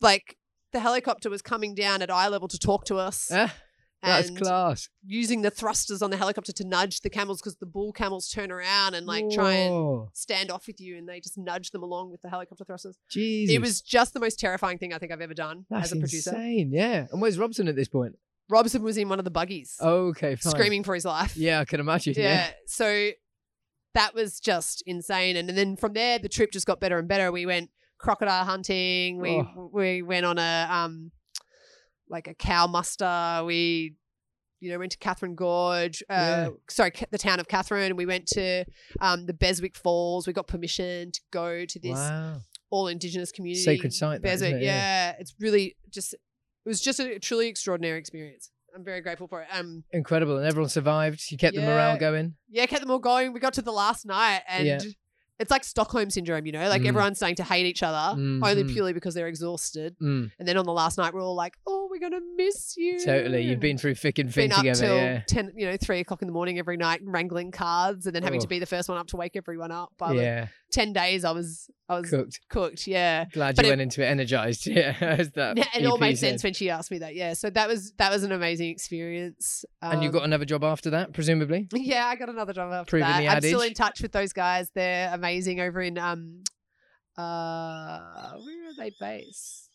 Speaker 3: like the helicopter was coming down at eye level to talk to us.
Speaker 1: Ah, that's
Speaker 3: and
Speaker 1: class.
Speaker 3: using the thrusters on the helicopter to nudge the camels because the bull camels turn around and like try and
Speaker 1: Whoa.
Speaker 3: stand off with you and they just nudge them along with the helicopter thrusters.
Speaker 1: Jesus.
Speaker 3: It was just the most terrifying thing I think I've ever done
Speaker 1: that's
Speaker 3: as a producer.
Speaker 1: insane. Yeah. And where's Robson at this point?
Speaker 3: Robson was in one of the buggies
Speaker 1: Okay. Oh, Fine.
Speaker 3: screaming for his life.
Speaker 1: Yeah, I can imagine.
Speaker 3: Yeah. So that was just insane. And, and then from there, the trip just got better and better. We went crocodile hunting. We
Speaker 1: Oh.
Speaker 3: we went on a um like a cow muster. We you know went to Catherine Gorge.
Speaker 1: Yeah.
Speaker 3: Uh, Sorry, Ca- the town of Catherine. We went to um, the Beswick Falls. We got permission to go to this
Speaker 1: Wow.
Speaker 3: all Indigenous community
Speaker 1: Sacred site. that, isn't
Speaker 3: Beswick.
Speaker 1: it? Yeah.
Speaker 3: yeah, it's really just it was just a truly extraordinary experience. I'm very grateful for it. Um,
Speaker 1: Incredible. And everyone survived. You kept the morale
Speaker 3: Yeah.
Speaker 1: going.
Speaker 3: yeah, kept them all going. We got to the last night and
Speaker 1: Yeah.
Speaker 3: it's like Stockholm syndrome, you know, like
Speaker 1: Mm.
Speaker 3: everyone's starting to hate each other only
Speaker 1: Mhm.
Speaker 3: purely because they're exhausted.
Speaker 1: Mm.
Speaker 3: And then on the last night, we're all like, oh, we're going to miss you.
Speaker 1: Totally. You've
Speaker 3: and
Speaker 1: been through thick and thin
Speaker 3: been up
Speaker 1: together.
Speaker 3: till
Speaker 1: yeah.
Speaker 3: 10, you know, three o'clock in the morning every night and wrangling cards and then having to
Speaker 1: Ugh.
Speaker 3: be the first one up to wake everyone up. By the
Speaker 1: Oh. yeah.
Speaker 3: 10 days, I was, I was
Speaker 1: Cooked.
Speaker 3: cooked. Yeah.
Speaker 1: Glad
Speaker 3: But
Speaker 1: you
Speaker 3: it-
Speaker 1: went into it energized. Yeah. as that
Speaker 3: Yeah, it all
Speaker 1: EP
Speaker 3: made
Speaker 1: Uh, E said.
Speaker 3: sense when she asked me that. Yeah. So that was, that was an amazing experience.
Speaker 1: and you
Speaker 3: Um,
Speaker 1: got another job after that, presumably?
Speaker 3: Yeah, I got another job after
Speaker 1: Proving
Speaker 3: that.
Speaker 1: the
Speaker 3: I'm still
Speaker 1: adage.
Speaker 3: in touch with those guys. They're amazing over in um uh where are they based?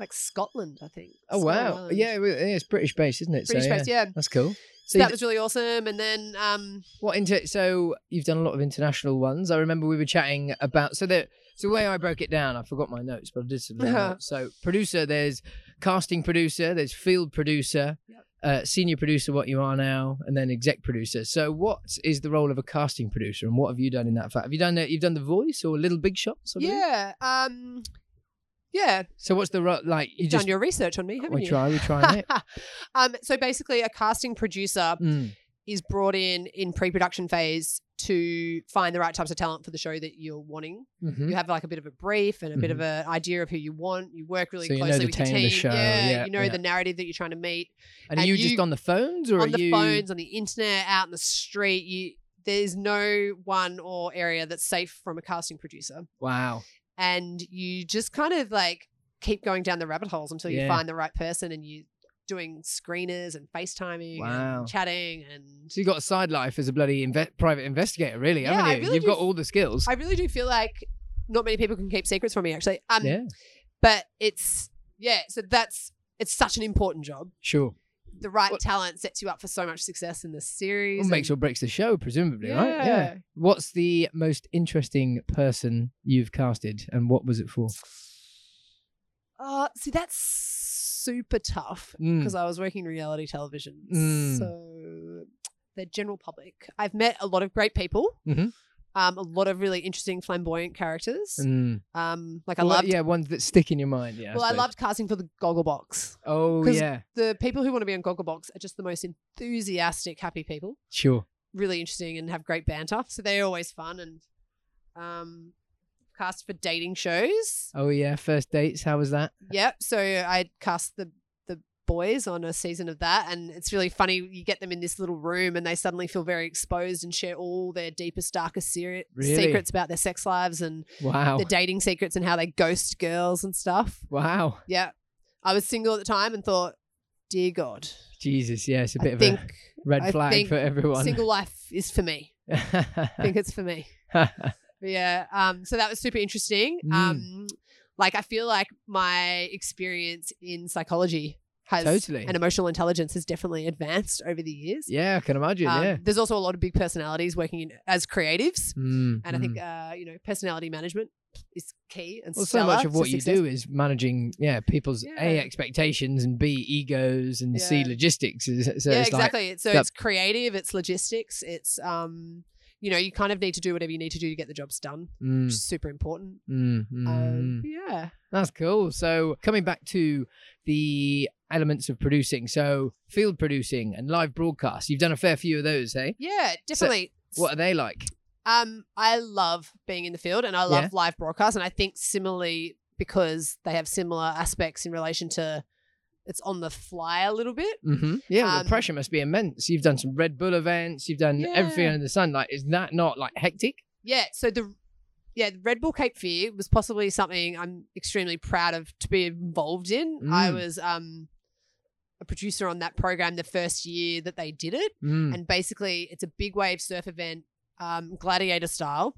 Speaker 3: Like Scotland, I think.
Speaker 1: Oh,
Speaker 3: Scotland
Speaker 1: wow.
Speaker 3: Island.
Speaker 1: Yeah, well, yeah, it's British based, isn't it?
Speaker 3: British
Speaker 1: so,
Speaker 3: based, yeah.
Speaker 1: That's cool.
Speaker 3: So
Speaker 1: So, you
Speaker 3: that was really awesome. And then um
Speaker 1: what inter- so you've done a lot of international ones. I remember we were chatting about so that so the way I broke it down, I forgot my notes, but I did some little notes. So producer, there's casting producer, there's field producer,
Speaker 3: Yep.
Speaker 1: uh, senior producer, what you are now, and then exec producer. So, what is the role of a casting producer, and what have you done in that? Fact, have you done uh, you've done the voice or Little Big Shots? I believe?
Speaker 3: Yeah. Um, yeah.
Speaker 1: So, what's the role like? You
Speaker 3: You've
Speaker 1: just
Speaker 3: done your research on me, haven't
Speaker 1: we
Speaker 3: you?
Speaker 1: try, we try it.
Speaker 3: um, so basically, a casting producer
Speaker 1: Mm,
Speaker 3: is brought in in pre-production phase to find the right types of talent for the show that you're wanting.
Speaker 1: mhm.
Speaker 3: You have like a bit of a brief and a bit of an idea of who you want. You work really
Speaker 1: Mm-hmm. So you know
Speaker 3: closely
Speaker 1: the
Speaker 3: with your
Speaker 1: tone of
Speaker 3: team.
Speaker 1: the show,
Speaker 3: Yeah,
Speaker 1: yeah,
Speaker 3: you know
Speaker 1: yeah.
Speaker 3: the narrative that you're trying to meet.
Speaker 1: And, are
Speaker 3: and
Speaker 1: you,
Speaker 3: you-
Speaker 1: just on the phones or
Speaker 3: on
Speaker 1: are
Speaker 3: the
Speaker 1: you
Speaker 3: phones, on the internet, out in the street. You there's no one or area that's safe from a casting producer.
Speaker 1: Wow.
Speaker 3: and you just kind of like keep going down the rabbit holes until you
Speaker 1: Yeah.
Speaker 3: find the right person and you doing screeners and FaceTiming
Speaker 1: Wow.
Speaker 3: and chatting and
Speaker 1: So you got a side life as a bloody inve- private investigator, really,
Speaker 3: Yeah,
Speaker 1: haven't
Speaker 3: I
Speaker 1: you?
Speaker 3: really
Speaker 1: You've
Speaker 3: do
Speaker 1: got
Speaker 3: f-
Speaker 1: all the skills.
Speaker 3: I really do feel like not many people can keep secrets from me actually. Um
Speaker 1: yeah,
Speaker 3: but it's yeah, so that's it's such an important job.
Speaker 1: sure.
Speaker 3: The right
Speaker 1: Well-
Speaker 3: talent sets you up for so much success in this series.
Speaker 1: Well, makes
Speaker 3: and-
Speaker 1: or breaks the show, presumably, right?
Speaker 3: Yeah.
Speaker 1: What's the most interesting person you've casted, and what was it for?
Speaker 3: Uh, see that's super tough
Speaker 1: Mm.
Speaker 3: because I was working reality television.
Speaker 1: Mm.
Speaker 3: So the general public. I've met a lot of great people.
Speaker 1: Mhm.
Speaker 3: Um, a lot of really interesting flamboyant characters.
Speaker 1: Mm.
Speaker 3: Um, like I
Speaker 1: Well,
Speaker 3: loved.
Speaker 1: yeah, ones that stick in your mind. Yeah.
Speaker 3: well, I
Speaker 1: suppose.
Speaker 3: loved casting for the Gogglebox.
Speaker 1: Oh
Speaker 3: 'cause-
Speaker 1: yeah,
Speaker 3: The people who want to be on Gogglebox are just the most enthusiastic, happy people.
Speaker 1: sure.
Speaker 3: Really interesting and have great banter. So they're always fun and um, cast for dating shows.
Speaker 1: Oh yeah, first dates. How was that?
Speaker 3: Yep. So I cast the the boys on a season of that, and it's really funny. You get them in this little room, and they suddenly feel very exposed and share all their deepest, darkest seri-
Speaker 1: Really? Oh.
Speaker 3: secrets about their sex lives and
Speaker 1: Wow.
Speaker 3: their dating secrets and how they ghost girls and stuff.
Speaker 1: Wow.
Speaker 3: Yeah. I was single at the time and thought, dear God,
Speaker 1: Jesus. Yeah, it's a bit
Speaker 3: I
Speaker 1: of
Speaker 3: think
Speaker 1: a red
Speaker 3: I
Speaker 1: flag
Speaker 3: think
Speaker 1: for everyone.
Speaker 3: single life is for me. I think it's for me. But yeah. Um, so that was super interesting.
Speaker 1: Mm.
Speaker 3: Um, like I feel like my experience in psychology has
Speaker 1: Totally.
Speaker 3: and emotional intelligence has definitely advanced over the years.
Speaker 1: yeah, I can imagine.
Speaker 3: Um,
Speaker 1: yeah.
Speaker 3: There's also a lot of big personalities working in, as creatives,
Speaker 1: Mm,
Speaker 3: and I
Speaker 1: mm.
Speaker 3: think uh, you know personality management is key. And
Speaker 1: Well, so much
Speaker 3: stellar
Speaker 1: of
Speaker 3: to
Speaker 1: what you
Speaker 3: success.
Speaker 1: do is managing, yeah, people's a
Speaker 3: Yeah.
Speaker 1: expectations and b egos and c
Speaker 3: Yeah.
Speaker 1: logistics. uh, Is- So
Speaker 3: yeah,
Speaker 1: it's
Speaker 3: exactly. so
Speaker 1: that-
Speaker 3: it's creative, it's logistics, it's um, you know, you kind of need to do whatever you need to do to get the jobs done,
Speaker 1: Like, mm,
Speaker 3: which is super important.
Speaker 1: mm, mm, mm.
Speaker 3: Um, yeah.
Speaker 1: That's cool. So coming back to the elements of producing, so field producing and live broadcast, you've done a fair few of those, hey?
Speaker 3: Yeah, definitely.
Speaker 1: What are they like?
Speaker 3: Um, I love being in the field and I love
Speaker 1: Yeah.
Speaker 3: live broadcasts, And I think similarly, because they have similar aspects in relation to it's on the fly a little bit.
Speaker 1: hmm Yeah,
Speaker 3: Um,
Speaker 1: the pressure must be immense. You've done some Red Bull events, you've done everything
Speaker 3: Yeah.
Speaker 1: under the sun. Like, is that not like hectic?
Speaker 3: Yeah. So the, yeah, the Red Bull Cape Fear was possibly something I'm extremely proud of to be involved in. I
Speaker 1: Mm.
Speaker 3: was, um, a producer on that program the first year that they did it.
Speaker 1: Mm.
Speaker 3: and basically it's a big wave surf event, um, gladiator style,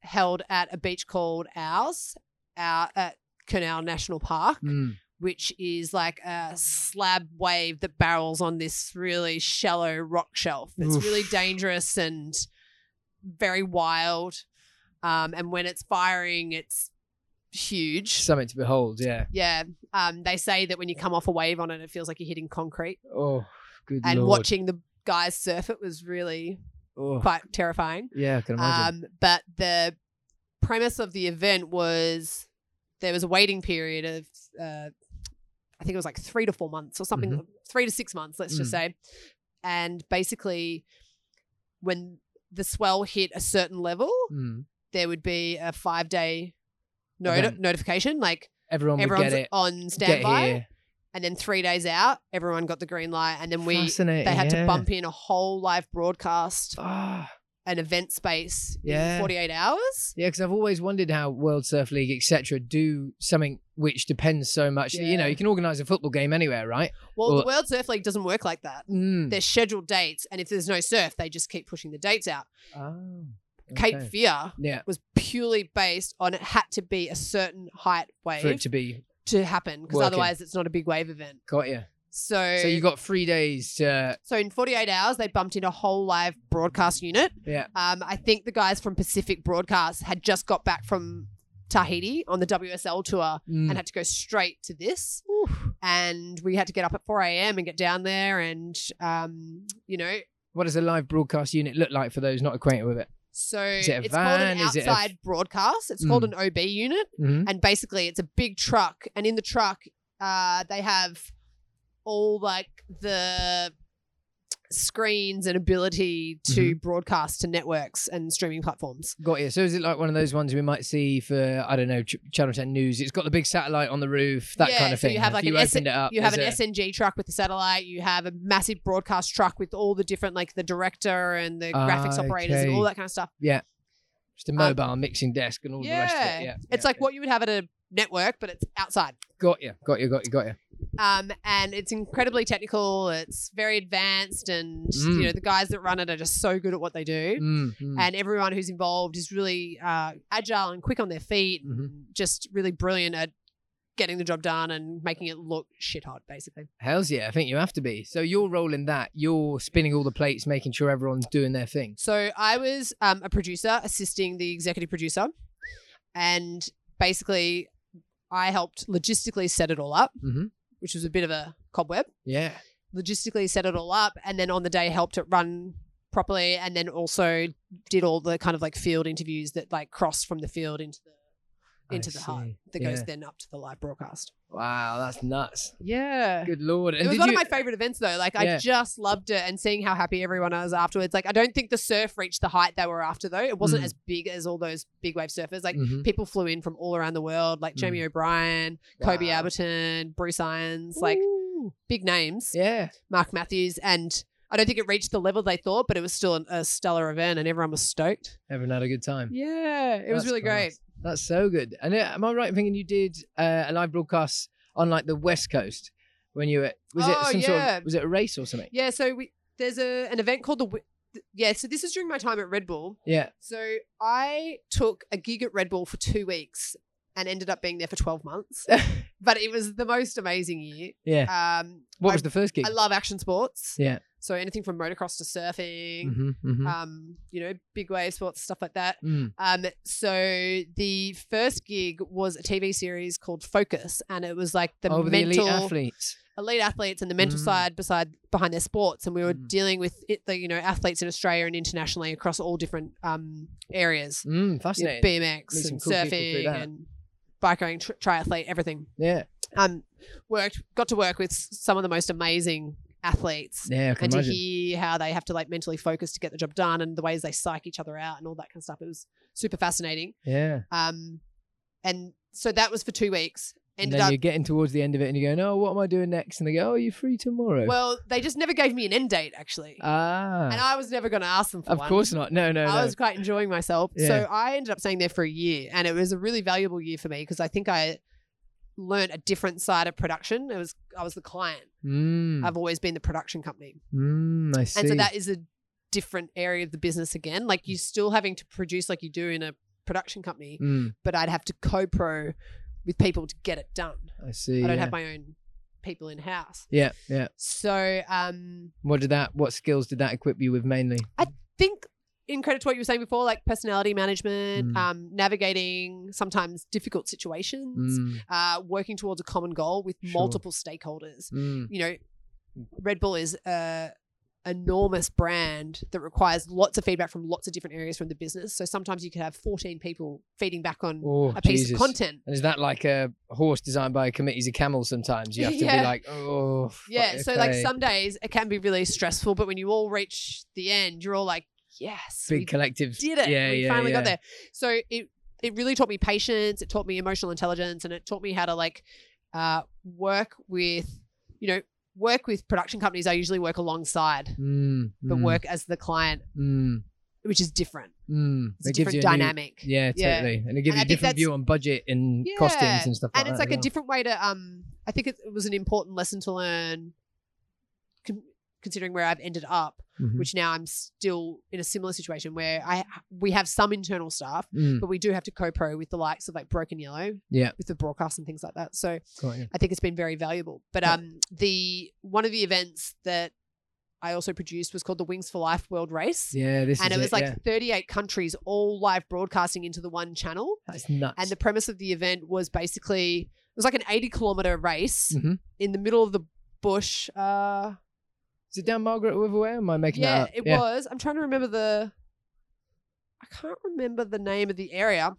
Speaker 3: held at a beach called Ours out at Canal National Park,
Speaker 1: Mm.
Speaker 3: which is like a slab wave that barrels on this really shallow rock shelf. It's
Speaker 1: Oof.
Speaker 3: really dangerous and very wild. Um, and when it's firing, it's huge.
Speaker 1: Something to behold. Yeah.
Speaker 3: Yeah. Um, they say that when you come off a wave on it, it feels like you're hitting concrete.
Speaker 1: Oh, good
Speaker 3: And
Speaker 1: lord.
Speaker 3: watching the guys surf it was really
Speaker 1: Oh,
Speaker 3: quite terrifying.
Speaker 1: yeah, I can imagine.
Speaker 3: Um, but the premise of the event was there was a waiting period of, uh, I think it was like three to four months or
Speaker 1: Mm-hmm.
Speaker 3: something, three to six months, let's
Speaker 1: Mm.
Speaker 3: just say. And basically, when the swell hit a certain level,
Speaker 1: Mm.
Speaker 3: there would be a five day noti-
Speaker 1: Event.
Speaker 3: notification, like
Speaker 1: Everyone would
Speaker 3: everyone's
Speaker 1: get it.
Speaker 3: on
Speaker 1: Get
Speaker 3: standby.
Speaker 1: here.
Speaker 3: And then three days out, everyone got the green light. And then we,
Speaker 1: Fascinating.
Speaker 3: they had
Speaker 1: yeah.
Speaker 3: to bump in a whole live broadcast
Speaker 1: Ah.
Speaker 3: an event space
Speaker 1: Yeah.
Speaker 3: in 48 hours.
Speaker 1: Yeah, because I've always wondered how World Surf League, etc., do something which depends so much. You know,
Speaker 3: Yeah.
Speaker 1: you can organise a football game anywhere, right?
Speaker 3: Well,
Speaker 1: Well-
Speaker 3: the World Surf League doesn't work like that.
Speaker 1: Mm.
Speaker 3: They're scheduled dates, and if there's no surf, they just keep pushing the dates out.
Speaker 1: Oh, okay.
Speaker 3: Cape Fear
Speaker 1: Yeah,
Speaker 3: was purely based on it had to be a certain height
Speaker 1: for it
Speaker 3: wave to,
Speaker 1: to be
Speaker 3: happen, because
Speaker 1: working.
Speaker 3: otherwise it's not a big wave event.
Speaker 1: got you.
Speaker 3: So,
Speaker 1: So you got three days. To,
Speaker 3: so in 48 hours, they bumped in a whole live broadcast unit.
Speaker 1: yeah,
Speaker 3: Um, I think the guys from Pacific Broadcast had just got back from Tahiti on the WSL tour
Speaker 1: Mm.
Speaker 3: and had to go straight to this. And we had to get up at 4 a.m. and get down there. And, um, you know,
Speaker 1: What does a live broadcast unit look like for those not acquainted with it?
Speaker 3: so
Speaker 1: it a
Speaker 3: it's called
Speaker 1: van?
Speaker 3: an
Speaker 1: Is it a- Hmm.
Speaker 3: outside broadcast. It's called an OB unit.
Speaker 1: Mm-hmm.
Speaker 3: And basically, it's a big truck. And in the truck, uh, they have all like the screens and ability to
Speaker 1: Mm-hmm.
Speaker 3: broadcast to networks and streaming platforms.
Speaker 1: Got you. So is it like one of those ones we might see for I don't know Ch- Channel Ten News? It's got the big satellite on the roof, that
Speaker 3: Yeah,
Speaker 1: kind of
Speaker 3: so
Speaker 1: thing.
Speaker 3: you have
Speaker 1: If
Speaker 3: like
Speaker 1: you
Speaker 3: an S-
Speaker 1: opened Uh, it up,
Speaker 3: You have an
Speaker 1: there's
Speaker 3: SNG truck with the satellite. You have a massive broadcast truck with all the different, like the director and the graphics
Speaker 1: Ah,
Speaker 3: operators and
Speaker 1: okay.
Speaker 3: all that kind of stuff.
Speaker 1: a- just a mobile mixing desk and all the rest of
Speaker 3: Yeah.
Speaker 1: it. Yeah,
Speaker 3: It's
Speaker 1: yeah,
Speaker 3: like
Speaker 1: yeah.
Speaker 3: what you would have at a network, but it's outside.
Speaker 1: Got you, got you, got you, got you.
Speaker 3: um, and it's incredibly technical. It's very advanced, and
Speaker 1: Mm.
Speaker 3: you know the guys that run it are just so good at what they do,
Speaker 1: Mm, mm.
Speaker 3: and everyone who's involved is really uh, agile and quick on their feet,
Speaker 1: Mhm.
Speaker 3: and just really brilliant at getting the job done and making it look shit hot, basically.
Speaker 1: Hell's yeah, I think you have to be. So you're rolling that, you're spinning all the plates, making sure everyone's doing their thing.
Speaker 3: So I was um, a producer assisting the executive producer, and basically I helped logistically set it all up,
Speaker 1: Mhm.
Speaker 3: which was a bit of a cobweb.
Speaker 1: Yeah.
Speaker 3: logistically set it all up and then on the day helped it run properly and then also did all the kind of like field interviews that like crossed from the field into the
Speaker 1: I
Speaker 3: into the hut
Speaker 1: see.
Speaker 3: that
Speaker 1: Yeah.
Speaker 3: goes then up to the live broadcast
Speaker 1: Wow, that's nuts.
Speaker 3: yeah
Speaker 1: Good lord.
Speaker 3: it was
Speaker 1: did
Speaker 3: one
Speaker 1: you-
Speaker 3: of my favorite events though like
Speaker 1: Yeah.
Speaker 3: i just loved it and seeing how happy everyone was afterwards like i don't think the surf reached the height they were after though it wasn't
Speaker 1: Mm.
Speaker 3: as big as all those big wave surfers like
Speaker 1: Mhm.
Speaker 3: people flew in from all around the world like jamie o'brien kobe
Speaker 1: Mm. Wow.
Speaker 3: Aberton, bruce irons like
Speaker 1: Ooh.
Speaker 3: big names
Speaker 1: Yeah.
Speaker 3: Mark Matthews, and I don't think it reached the level they thought, but it was still an, a stellar event, and everyone was stoked.
Speaker 1: Everyone had a good time.
Speaker 3: Yeah, it was
Speaker 1: That's
Speaker 3: really great.
Speaker 1: class. That's so good. And uh, am I right in thinking you did uh, a live broadcast on like the West Coast when you were was it
Speaker 3: Oh,
Speaker 1: some sort
Speaker 3: yeah.
Speaker 1: of was it a race or something?
Speaker 3: Yeah, so we there's a an event called the Wi- th- yeah. So this is during my time at Red Bull.
Speaker 1: Yeah.
Speaker 3: So I took a gig at Red Bull for two weeks and ended up being there for twelve months, but it was the most amazing year.
Speaker 1: Yeah.
Speaker 3: Um,
Speaker 1: What
Speaker 3: I,
Speaker 1: was the first gig?
Speaker 3: I love action sports.
Speaker 1: Yeah.
Speaker 3: So anything from motocross to surfing,
Speaker 1: Mhm, mhm.
Speaker 3: um, you know, big wave sports stuff like that.
Speaker 1: Mm.
Speaker 3: Um, so the first gig was a TV series called Focus, and it was like the
Speaker 1: oh, with the
Speaker 3: mental
Speaker 1: elite athletes.
Speaker 3: elite athletes and the mental
Speaker 1: Mm.
Speaker 3: side beside behind their sports, and we were
Speaker 1: Mm.
Speaker 3: dealing with it, the you know athletes in Australia and internationally across all different um areas,
Speaker 1: Mm,
Speaker 3: You know,
Speaker 1: fascinating. Meet
Speaker 3: BMX
Speaker 1: some
Speaker 3: and
Speaker 1: cool people through
Speaker 3: surfing
Speaker 1: that.
Speaker 3: and bikering, tri- triathlete, everything.
Speaker 1: yeah.
Speaker 3: Um, worked got to work with s- some of the most amazing athletes.
Speaker 1: Yeah, I can
Speaker 3: And to
Speaker 1: imagine.
Speaker 3: hear how they have to like mentally focus to get the job done, and the ways they psych each other out, and all that kind of stuff, it was super fascinating.
Speaker 1: yeah.
Speaker 3: Um, and so that was for two weeks.
Speaker 1: And
Speaker 3: Ended
Speaker 1: then
Speaker 3: up
Speaker 1: you're getting towards the end of it and you're going, Oh, what am I doing next? And they go, Oh, you're free tomorrow.
Speaker 3: well, they just never gave me an end date actually,
Speaker 1: ah.
Speaker 3: and I was never going to ask them for
Speaker 1: of
Speaker 3: one.
Speaker 1: course not. No, no,
Speaker 3: I
Speaker 1: no.
Speaker 3: was quite enjoying myself,
Speaker 1: Yeah.
Speaker 3: so I ended up staying there for a year, and it was a really valuable year for me because I think I learned a different side of production. It was I was the client.
Speaker 1: Mm,
Speaker 3: I've always been the production company,
Speaker 1: mm, I see.
Speaker 3: and so that is a different area of the business again. Like you're still having to produce like you do in a production company,
Speaker 1: Mm,
Speaker 3: but I'd have to co-pro with people to get it done.
Speaker 1: I see.
Speaker 3: I don't
Speaker 1: yeah.
Speaker 3: have my own people in house.
Speaker 1: yeah, yeah.
Speaker 3: So um
Speaker 1: What did that? What skills did that equip you with mainly?
Speaker 3: think in credit to what you were saying before, like personality management,
Speaker 1: Mm.
Speaker 3: um, navigating sometimes difficult situations,
Speaker 1: Mm,
Speaker 3: uh, working towards a common goal with
Speaker 1: Sure.
Speaker 3: multiple stakeholders.
Speaker 1: mm,
Speaker 3: You know, Red Bull is a enormous brand that requires lots of feedback from lots of different areas from the business. So sometimes you could have 14 people feeding back on
Speaker 1: Oh,
Speaker 3: a piece
Speaker 1: Jesus.
Speaker 3: of content.
Speaker 1: And is that like a horse designed by a committee's a camel? Sometimes you have to
Speaker 3: Yeah.
Speaker 1: be like, oh, fuck,
Speaker 3: Yeah. So like
Speaker 1: okay."
Speaker 3: some days it can be really stressful, but when you all reach the end, you're all like, yes,
Speaker 1: big
Speaker 3: we
Speaker 1: collective.
Speaker 3: did it.
Speaker 1: Yeah,
Speaker 3: we
Speaker 1: yeah,
Speaker 3: finally got
Speaker 1: yeah.
Speaker 3: there. So it it really taught me patience. It taught me emotional intelligence, and it taught me how to like uh, work with you know work with production companies. I usually work alongside,
Speaker 1: Mm,
Speaker 3: but
Speaker 1: mm,
Speaker 3: work as the client,
Speaker 1: Mm,
Speaker 3: which is different.
Speaker 1: mm.
Speaker 3: It's a
Speaker 1: It gives
Speaker 3: different
Speaker 1: you a new-
Speaker 3: dynamic.
Speaker 1: yeah,
Speaker 3: Yeah.
Speaker 1: totally. And it gives
Speaker 3: And
Speaker 1: you a
Speaker 3: I think
Speaker 1: different
Speaker 3: that's-
Speaker 1: view on budget and costings
Speaker 3: Yeah.
Speaker 1: and stuff like
Speaker 3: and it's
Speaker 1: that.
Speaker 3: like a different way to um. I think it, it was an important lesson to learn, con- considering where I've ended up.
Speaker 1: different.
Speaker 3: Which now I'm still in a similar situation where I we have some internal staff,
Speaker 1: Mm.
Speaker 3: but we do have to co-pro with the likes of like Broken Yellow,
Speaker 1: Yeah.
Speaker 3: with the broadcast and things like that. So
Speaker 1: Got you.
Speaker 3: I think it's been very valuable. But
Speaker 1: Yeah.
Speaker 3: um, the one of the events that I also produced was called the Wings for Life World Race.
Speaker 1: Yeah, this
Speaker 3: and
Speaker 1: is
Speaker 3: it was like
Speaker 1: yeah.
Speaker 3: 38 countries all live broadcasting into the one channel.
Speaker 1: that's nuts.
Speaker 3: And the premise of the event was basically it was like an 80 kilometer race
Speaker 1: Mhm.
Speaker 3: in the middle of the bush. Uh,
Speaker 1: is it down Margaret River Way? or Am I making
Speaker 3: yeah,
Speaker 1: that up?
Speaker 3: it was. I'm trying to remember the. I can't remember the name of the area,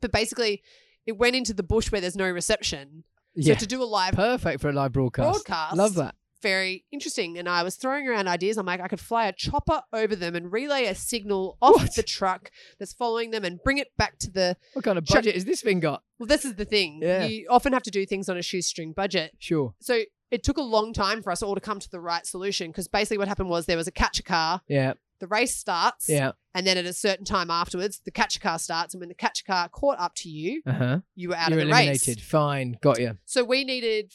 Speaker 3: but basically, it went into the bush where there's no reception. So
Speaker 1: Yeah,
Speaker 3: to do a live
Speaker 1: perfect for a live broadcast.
Speaker 3: broadcast,
Speaker 1: Love that.
Speaker 3: very interesting. And I was throwing around ideas. I'm like, I could fly a chopper over them and relay a signal off the truck that's following them and bring it back to the.
Speaker 1: What kind of
Speaker 3: Chuck-
Speaker 1: budget has this thing got?
Speaker 3: Well, this is the thing.
Speaker 1: Yeah.
Speaker 3: You often have to do things on a shoestring budget.
Speaker 1: Sure.
Speaker 3: So it took a long time for us all to come to the right solution because basically what happened was there was a catcher car.
Speaker 1: Yeah,
Speaker 3: The race starts,
Speaker 1: yeah.
Speaker 3: and then at a certain time afterwards, the catcher car starts. And when the catcher car caught up to you,
Speaker 1: Uh huh.
Speaker 3: you were out
Speaker 1: You're
Speaker 3: of the race.
Speaker 1: eliminated. Fine, got you.
Speaker 3: So we needed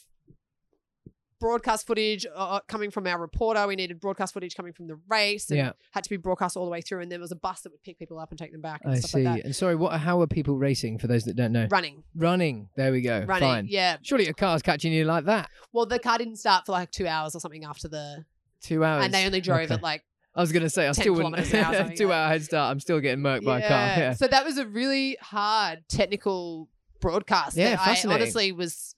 Speaker 3: broadcast footage uh, coming from our reporter. We needed broadcast footage coming from the race. And
Speaker 1: Yeah,
Speaker 3: Had to be broadcast all the way through, and there was a bus that would pick people up and take them back and
Speaker 1: I
Speaker 3: stuff
Speaker 1: see.
Speaker 3: like
Speaker 1: and sorry, what? How are people racing? For those that don't know,
Speaker 3: that. Running,
Speaker 1: running. There we go.
Speaker 3: running,
Speaker 1: Fine.
Speaker 3: yeah.
Speaker 1: Surely a car's catching you like that.
Speaker 3: Well, the car didn't start for like two hours or something after the,
Speaker 1: Two hours.
Speaker 3: and they only drove
Speaker 1: Oh, Okay.
Speaker 3: at like
Speaker 1: I was gonna say I
Speaker 3: 10
Speaker 1: still wouldn't.
Speaker 3: kilometres an hour or something,
Speaker 1: two
Speaker 3: yeah.
Speaker 1: hour head start. I'm still getting murked by a car. Yeah.
Speaker 3: So that was a really hard technical broadcast.
Speaker 1: Yeah,
Speaker 3: that I
Speaker 1: fascinating.
Speaker 3: honestly was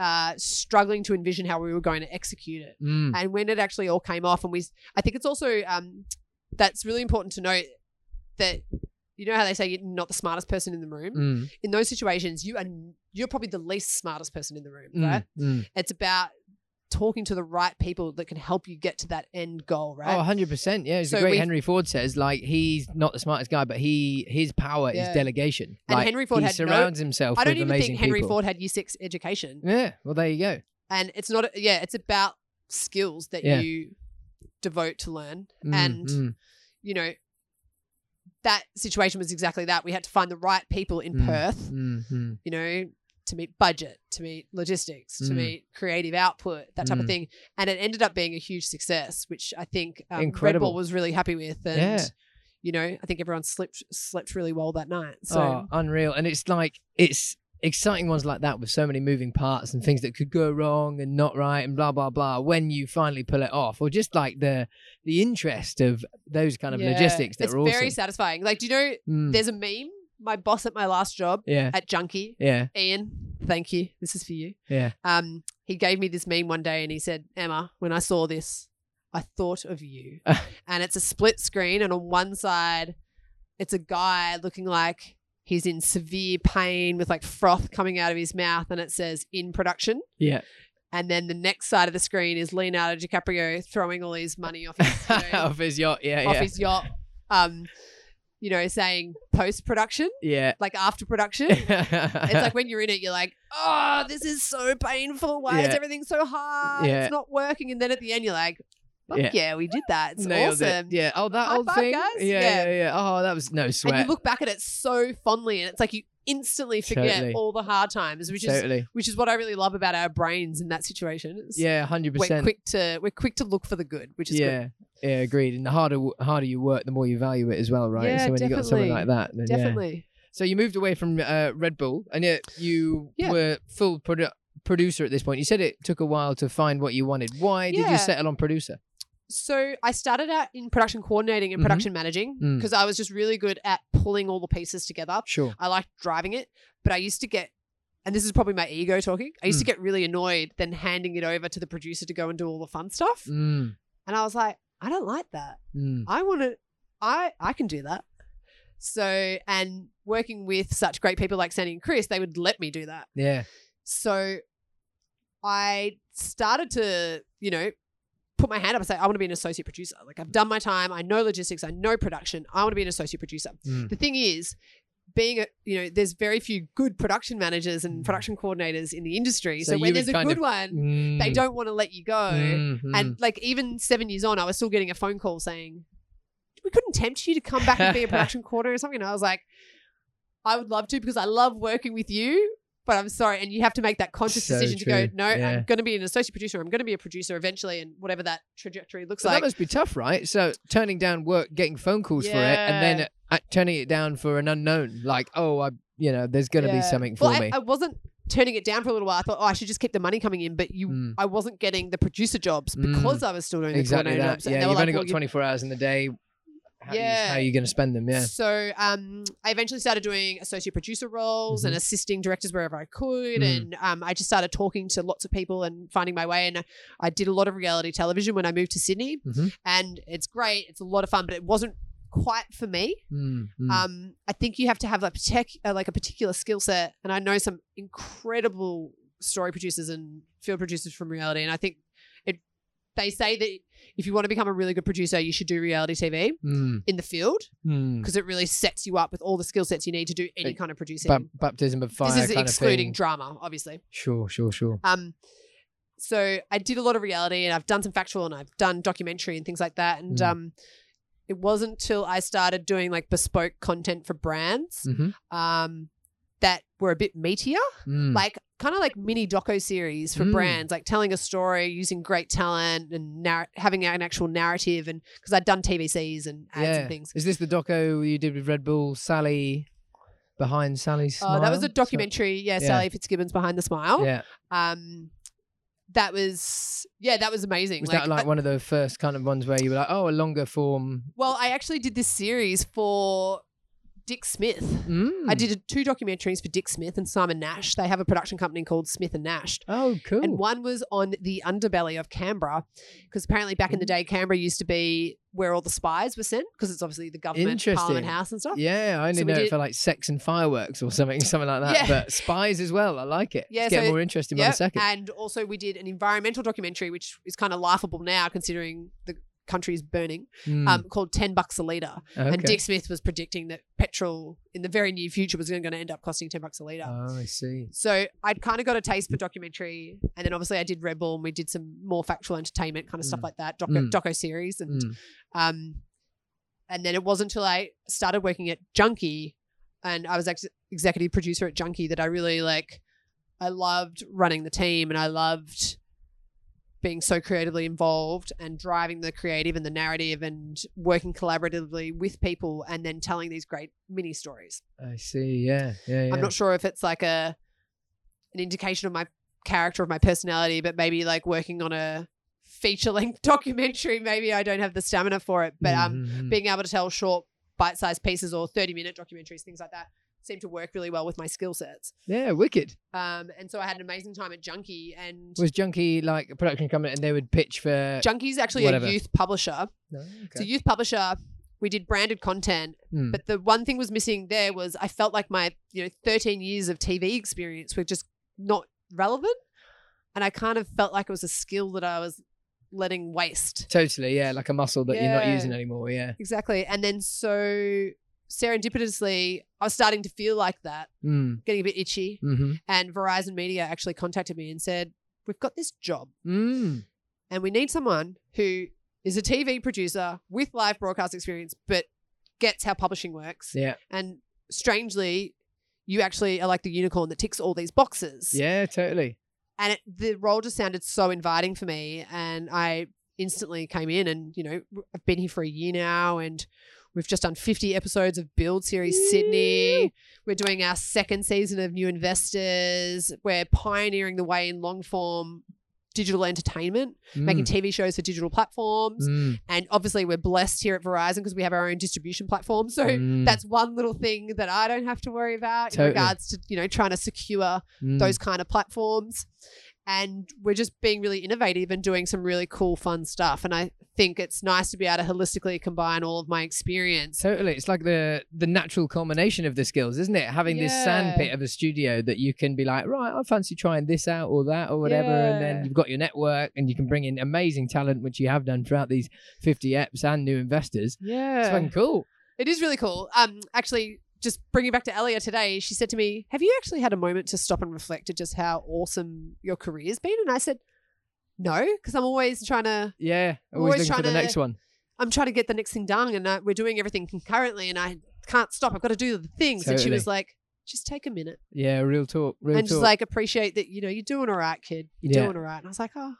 Speaker 3: uh, struggling to envision how we were going to execute it.
Speaker 1: Mm.
Speaker 3: And when it actually all came off, and we, I think it's also um, that's really important to note that you know how they say you're not the smartest person in the room.
Speaker 1: Mm.
Speaker 3: In those situations, you are n- you're probably the least smartest person in the room,
Speaker 1: Mm.
Speaker 3: right?
Speaker 1: Mm.
Speaker 3: It's about talking to the right people that can help you get to that end goal, right?
Speaker 1: Oh, 100 percent. Yeah, as the
Speaker 3: So
Speaker 1: great
Speaker 3: we've-
Speaker 1: Henry Ford says, like he's not the smartest guy, but he his power is
Speaker 3: Yeah.
Speaker 1: delegation.
Speaker 3: And
Speaker 1: Like,
Speaker 3: Henry Ford
Speaker 1: he
Speaker 3: had no-
Speaker 1: surrounds himself.
Speaker 3: I don't
Speaker 1: with
Speaker 3: even
Speaker 1: amazing
Speaker 3: think Henry
Speaker 1: people.
Speaker 3: Ford had year six education.
Speaker 1: Yeah. Well, there you go.
Speaker 3: and it's not yeah it's about skills that
Speaker 1: Yeah.
Speaker 3: you devote to learn
Speaker 1: Mm,
Speaker 3: and
Speaker 1: mm.
Speaker 3: you know that situation was exactly that we had to find the right people in
Speaker 1: Mm.
Speaker 3: perth
Speaker 1: Mm, mm.
Speaker 3: you know to meet budget to meet logistics to
Speaker 1: Mm.
Speaker 3: meet creative output that type
Speaker 1: Mm.
Speaker 3: of thing and it ended up being a huge success which i think um, red
Speaker 1: Incredible.
Speaker 3: bull was really happy with and
Speaker 1: Yeah.
Speaker 3: you know i think everyone slept slept really well that night so
Speaker 1: oh, unreal. And it's like it's exciting ones like that with so many moving parts and things that could go wrong and not right and blah blah blah. When you finally pull it off, or just like the the interest of those kind of
Speaker 3: yeah.
Speaker 1: logistics that
Speaker 3: it's
Speaker 1: are awesome.
Speaker 3: very satisfying like do you know
Speaker 1: Mm.
Speaker 3: there's a meme my boss at my last job
Speaker 1: Yeah.
Speaker 3: at junkie
Speaker 1: Yeah.
Speaker 3: Ian, thank you. This is for you.
Speaker 1: Yeah.
Speaker 3: Um, he gave me this meme one day and he said, Emma, when I saw this, I thought of you. and it's a split screen, and on one side, it's a guy looking like he's in severe pain with like froth coming out of his mouth, and it says in production.
Speaker 1: Yeah.
Speaker 3: And then the next side of the screen is Leonardo DiCaprio throwing all his money off his, you know,
Speaker 1: off his yacht. Yeah.
Speaker 3: off
Speaker 1: Oh, yeah.
Speaker 3: his yacht. Um, you know, saying post production,
Speaker 1: yeah.
Speaker 3: like after production. It's like when you're in it, you're like, oh, this is so painful. Why is
Speaker 1: Yeah.
Speaker 3: everything so hard?
Speaker 1: Yeah.
Speaker 3: It's not working. And then at the end, you're like, fuck
Speaker 1: Yeah.
Speaker 3: yeah, we did that. It's
Speaker 1: Nailed it.
Speaker 3: awesome.
Speaker 1: Yeah. Oh, that
Speaker 3: High
Speaker 1: old
Speaker 3: five,
Speaker 1: thing.
Speaker 3: guys.
Speaker 1: Yeah, yeah.
Speaker 3: Yeah.
Speaker 1: Yeah. Oh, that was no sweat.
Speaker 3: And you look back at it so fondly, and it's like you instantly forget
Speaker 1: Totally.
Speaker 3: all the hard times, which is
Speaker 1: totally.
Speaker 3: which is what I really love about our brains in that situation. It's
Speaker 1: Yeah. Hundred
Speaker 3: we're
Speaker 1: percent.
Speaker 3: quick to we're quick to look for the good, which is
Speaker 1: yeah. Yeah, agreed. And the harder w- harder you work, the more you value it as well, right?
Speaker 3: Yeah,
Speaker 1: so when you got someone
Speaker 3: definitely.
Speaker 1: like that, then
Speaker 3: good.
Speaker 1: yeah.
Speaker 3: Definitely.
Speaker 1: So you moved away from uh, Red Bull, and yet you
Speaker 3: Yeah.
Speaker 1: were full produ- producer at this point. You said it took a while to find what you wanted. Why did
Speaker 3: Yeah.
Speaker 1: you settle on producer?
Speaker 3: So I started out in production coordinating and
Speaker 1: Mhm.
Speaker 3: production managing
Speaker 1: Mm.
Speaker 3: because I was just really good at pulling all the pieces together.
Speaker 1: Sure.
Speaker 3: I liked driving it, but I used to get, and this is probably my ego talking, I
Speaker 1: Mm.
Speaker 3: used to get really annoyed then handing it over to the producer to go and do all the fun stuff.
Speaker 1: Mm,
Speaker 3: And I was like, I don't like that.
Speaker 1: mm,
Speaker 3: I want to, I, I can do that. So, and working with such great people like Sandy and Chris, they would let me do that.
Speaker 1: yeah.
Speaker 3: So I started to, you know, put my hand up and say, I want to be an associate producer. Like I've done my time. I know logistics. I know production. I want to be an associate producer.
Speaker 1: Mm.
Speaker 3: The thing is, being a, you know, there's very few good production managers and
Speaker 1: Mm.
Speaker 3: production coordinators in the industry.
Speaker 1: So
Speaker 3: So,
Speaker 1: you
Speaker 3: when there's
Speaker 1: would
Speaker 3: a
Speaker 1: kind
Speaker 3: good
Speaker 1: of-
Speaker 3: one, they
Speaker 1: Mm,
Speaker 3: don't want to let you go.
Speaker 1: mm, mm.
Speaker 3: And like even seven years on, I was still getting a phone call saying, "We couldn't tempt you to come back and be a production coordinator or something." And I was like, "I would love to because I love working with you." But I'm sorry, and you have to make that conscious
Speaker 1: So
Speaker 3: decision to
Speaker 1: true.
Speaker 3: go. No,
Speaker 1: Yeah.
Speaker 3: I'm going to be an associate producer. I'm going to be a producer eventually, and whatever that trajectory looks
Speaker 1: So
Speaker 3: like.
Speaker 1: that must be tough, right? So turning down work, getting phone calls for it, and then
Speaker 3: Yeah.
Speaker 1: uh, turning it down for an unknown, like oh, I, you know, there's gonna be
Speaker 3: Yeah.
Speaker 1: something for
Speaker 3: well, I,
Speaker 1: me.
Speaker 3: I wasn't turning it down for a little while. I thought, oh, I should just keep the money coming in, but you,
Speaker 1: Mm.
Speaker 3: I wasn't getting the producer jobs
Speaker 1: Mm.
Speaker 3: because I was still doing
Speaker 1: exactly
Speaker 3: the coordinator
Speaker 1: that.
Speaker 3: jobs. And
Speaker 1: Yeah,
Speaker 3: they
Speaker 1: you've
Speaker 3: were like,
Speaker 1: only
Speaker 3: well,
Speaker 1: got
Speaker 3: you-
Speaker 1: 24 hours in the day. How, yeah.
Speaker 3: Yeah.
Speaker 1: how are you going to spend them? Yeah.
Speaker 3: So um, I eventually started doing associate producer roles and assisting directors wherever I could,
Speaker 1: Mm-hmm. Mm.
Speaker 3: and um, I just started talking to lots of people and finding my way. And uh, I did a lot of reality television when I moved to Sydney,
Speaker 1: Mhm.
Speaker 3: and it's great, it's a lot of fun, but it wasn't quite for me.
Speaker 1: Mm, mm.
Speaker 3: Um, I think you have to have like, partic- uh, like a particular skill set, and I know some incredible story producers and field producers from reality, and I think it. They say that if you want to become a really good producer, you should do reality TV
Speaker 1: Mm,
Speaker 3: in the field
Speaker 1: mm.
Speaker 3: because it really sets you up with all the skill sets you need to do any
Speaker 1: Like,
Speaker 3: kind of producing.
Speaker 1: Bap- baptism of fire.
Speaker 3: this is
Speaker 1: kind
Speaker 3: excluding
Speaker 1: Of thing.
Speaker 3: drama, obviously.
Speaker 1: Sure, sure, sure.
Speaker 3: Um, so I did a lot of reality, and I've done some factual, and I've done documentary and things like that. And
Speaker 1: Mm.
Speaker 3: um, it wasn't until I started doing like bespoke content for brands
Speaker 1: Mm-hmm.
Speaker 3: um, that were a bit meatier,
Speaker 1: Mm.
Speaker 3: like kind of like mini doco series for
Speaker 1: Mm.
Speaker 3: brands, like telling a story using great talent and narr- having an actual narrative. And because I'd done TVCs and ads
Speaker 1: Yeah.
Speaker 3: and things.
Speaker 1: Is this the doco you did with Red Bull, Sally, behind Sally's smile?
Speaker 3: Uh, that was a
Speaker 1: So-
Speaker 3: documentary, yeah,
Speaker 1: Yeah.
Speaker 3: Sally Fitzgibbon's Behind the Smile.
Speaker 1: yeah.
Speaker 3: Um, that was yeah, that was amazing.
Speaker 1: Was that like
Speaker 3: I-
Speaker 1: one of the first kind of ones where you were like, oh, a longer form?
Speaker 3: well, I actually did this series for Dick Smith.
Speaker 1: Mm.
Speaker 3: I did two documentaries for Dick Smith and Simon Nash. They have a production company called Smith and Nash.
Speaker 1: Oh, cool.
Speaker 3: And one was on the underbelly of Canberra, because apparently back
Speaker 1: Mm.
Speaker 3: in the day, Canberra used to be where all the spies were sent, because it's obviously the government, Parliament
Speaker 1: Interesting.
Speaker 3: House and stuff.
Speaker 1: yeah, I only
Speaker 3: So we
Speaker 1: know it
Speaker 3: did-
Speaker 1: for like sex and fireworks or something, something like that.
Speaker 3: Yeah.
Speaker 1: But spies as well. I like it.
Speaker 3: Yeah,
Speaker 1: It's getting
Speaker 3: so-
Speaker 1: more interesting by
Speaker 3: Yeah,
Speaker 1: the second.
Speaker 3: And also, we did an environmental documentary, which is kind of laughable now considering the country is burning,
Speaker 1: Mm,
Speaker 3: um, called 10 Bucks a Litre. And
Speaker 1: okay.
Speaker 3: Dick Smith was predicting that petrol in the very near future was going to end up costing 10 bucks a litre.
Speaker 1: Oh, I see.
Speaker 3: so I'd kind of got a taste for documentary. And then obviously, I did Red Bull and we did some more factual entertainment kind of stuff
Speaker 1: Mm.
Speaker 3: like that, doco,
Speaker 1: Mm.
Speaker 3: doco series. And,
Speaker 1: Mm.
Speaker 3: um, and then it wasn't until I started working at Junkie and I was ex- executive producer at Junkie that I really like, I loved running the team and I loved being so creatively involved and driving the creative and the narrative and working collaboratively with people and then telling these great mini stories.
Speaker 1: I see. Yeah. Yeah. yeah.
Speaker 3: I'm not sure if it's like a an indication of my character of my personality, but maybe like working on a feature length documentary, maybe I don't have the stamina for it. But um
Speaker 1: Mhm, mhm.
Speaker 3: being able to tell short bite-sized pieces or 30-minute documentaries, things like that, seem to work really well with my skill sets.
Speaker 1: yeah, wicked.
Speaker 3: Um, and so I had an amazing time at Junkie and
Speaker 1: Was Junkie like a production company and they would pitch for.
Speaker 3: Junkie's actually
Speaker 1: Whatever.
Speaker 3: a youth publisher.
Speaker 1: No,
Speaker 3: So
Speaker 1: okay.
Speaker 3: youth publisher, we did branded content,
Speaker 1: Mm.
Speaker 3: but the one thing was missing there was I felt like my, you know, 13 years of TV experience were just not relevant. And I kind of felt like it was a skill that I was letting waste.
Speaker 1: Totally, yeah, like a muscle that you're not
Speaker 3: Yeah.
Speaker 1: using anymore, yeah.
Speaker 3: Exactly. And then so serendipitously, I was starting to feel like that,
Speaker 1: Mm.
Speaker 3: getting a bit itchy.
Speaker 1: Mm-hmm.
Speaker 3: And Verizon Media actually contacted me and said, We've got this job
Speaker 1: Mm.
Speaker 3: and we need someone who is a TV producer with live broadcast experience, but gets how publishing works.
Speaker 1: Yeah,
Speaker 3: And strangely, you actually are like the unicorn that ticks all these boxes.
Speaker 1: yeah, totally.
Speaker 3: And it, the role just sounded so inviting for me. And I instantly came in and, you know, I've been here for a year now and we've just done 50 episodes of Build Series Sydney. We're doing our second season of New Investors. We're pioneering the way in long form digital entertainment, making
Speaker 1: Hmm,
Speaker 3: TV shows for digital platforms.
Speaker 1: Mm.
Speaker 3: And obviously, we're blessed here at Verizon because we have our own distribution platform. So
Speaker 1: Mm.
Speaker 3: that's one little thing that I don't have to worry about
Speaker 1: Totally.
Speaker 3: in regards to you know trying to secure
Speaker 1: Mm.
Speaker 3: those kind of platforms. And we're just being really innovative and doing some really cool, fun stuff. And I think it's nice to be able to holistically combine all of my experience.
Speaker 1: Totally, it's like the the natural culmination of the skills, isn't it? Having this sandpit
Speaker 3: Yeah.
Speaker 1: of a studio that you can be like, right, I fancy trying this out or that or whatever, and then
Speaker 3: Yeah.
Speaker 1: you've got your network and you can bring in amazing talent, which you have done throughout these fifty eps and new investors. It's
Speaker 3: Yeah,
Speaker 1: fucking cool.
Speaker 3: it is really cool. Um, actually, just bringing back to Elia today, she said to me, "Have you actually had a moment to stop and reflect at just how awesome your career's been?" And I said, "No," because I'm always trying to
Speaker 1: Yeah,
Speaker 3: We're
Speaker 1: always,
Speaker 3: always
Speaker 1: looking for the
Speaker 3: trying to-
Speaker 1: next one.
Speaker 3: I'm trying to get the next thing done and I, we're doing everything concurrently and I can't stop. I've got to do the things. And she
Speaker 1: Totally.
Speaker 3: was like, just take a minute
Speaker 1: Yeah, real talk, real
Speaker 3: and
Speaker 1: talk.
Speaker 3: just like appreciate that, you know, you're doing all right, kid. You're
Speaker 1: Yeah.
Speaker 3: doing all right. And I was like, oh,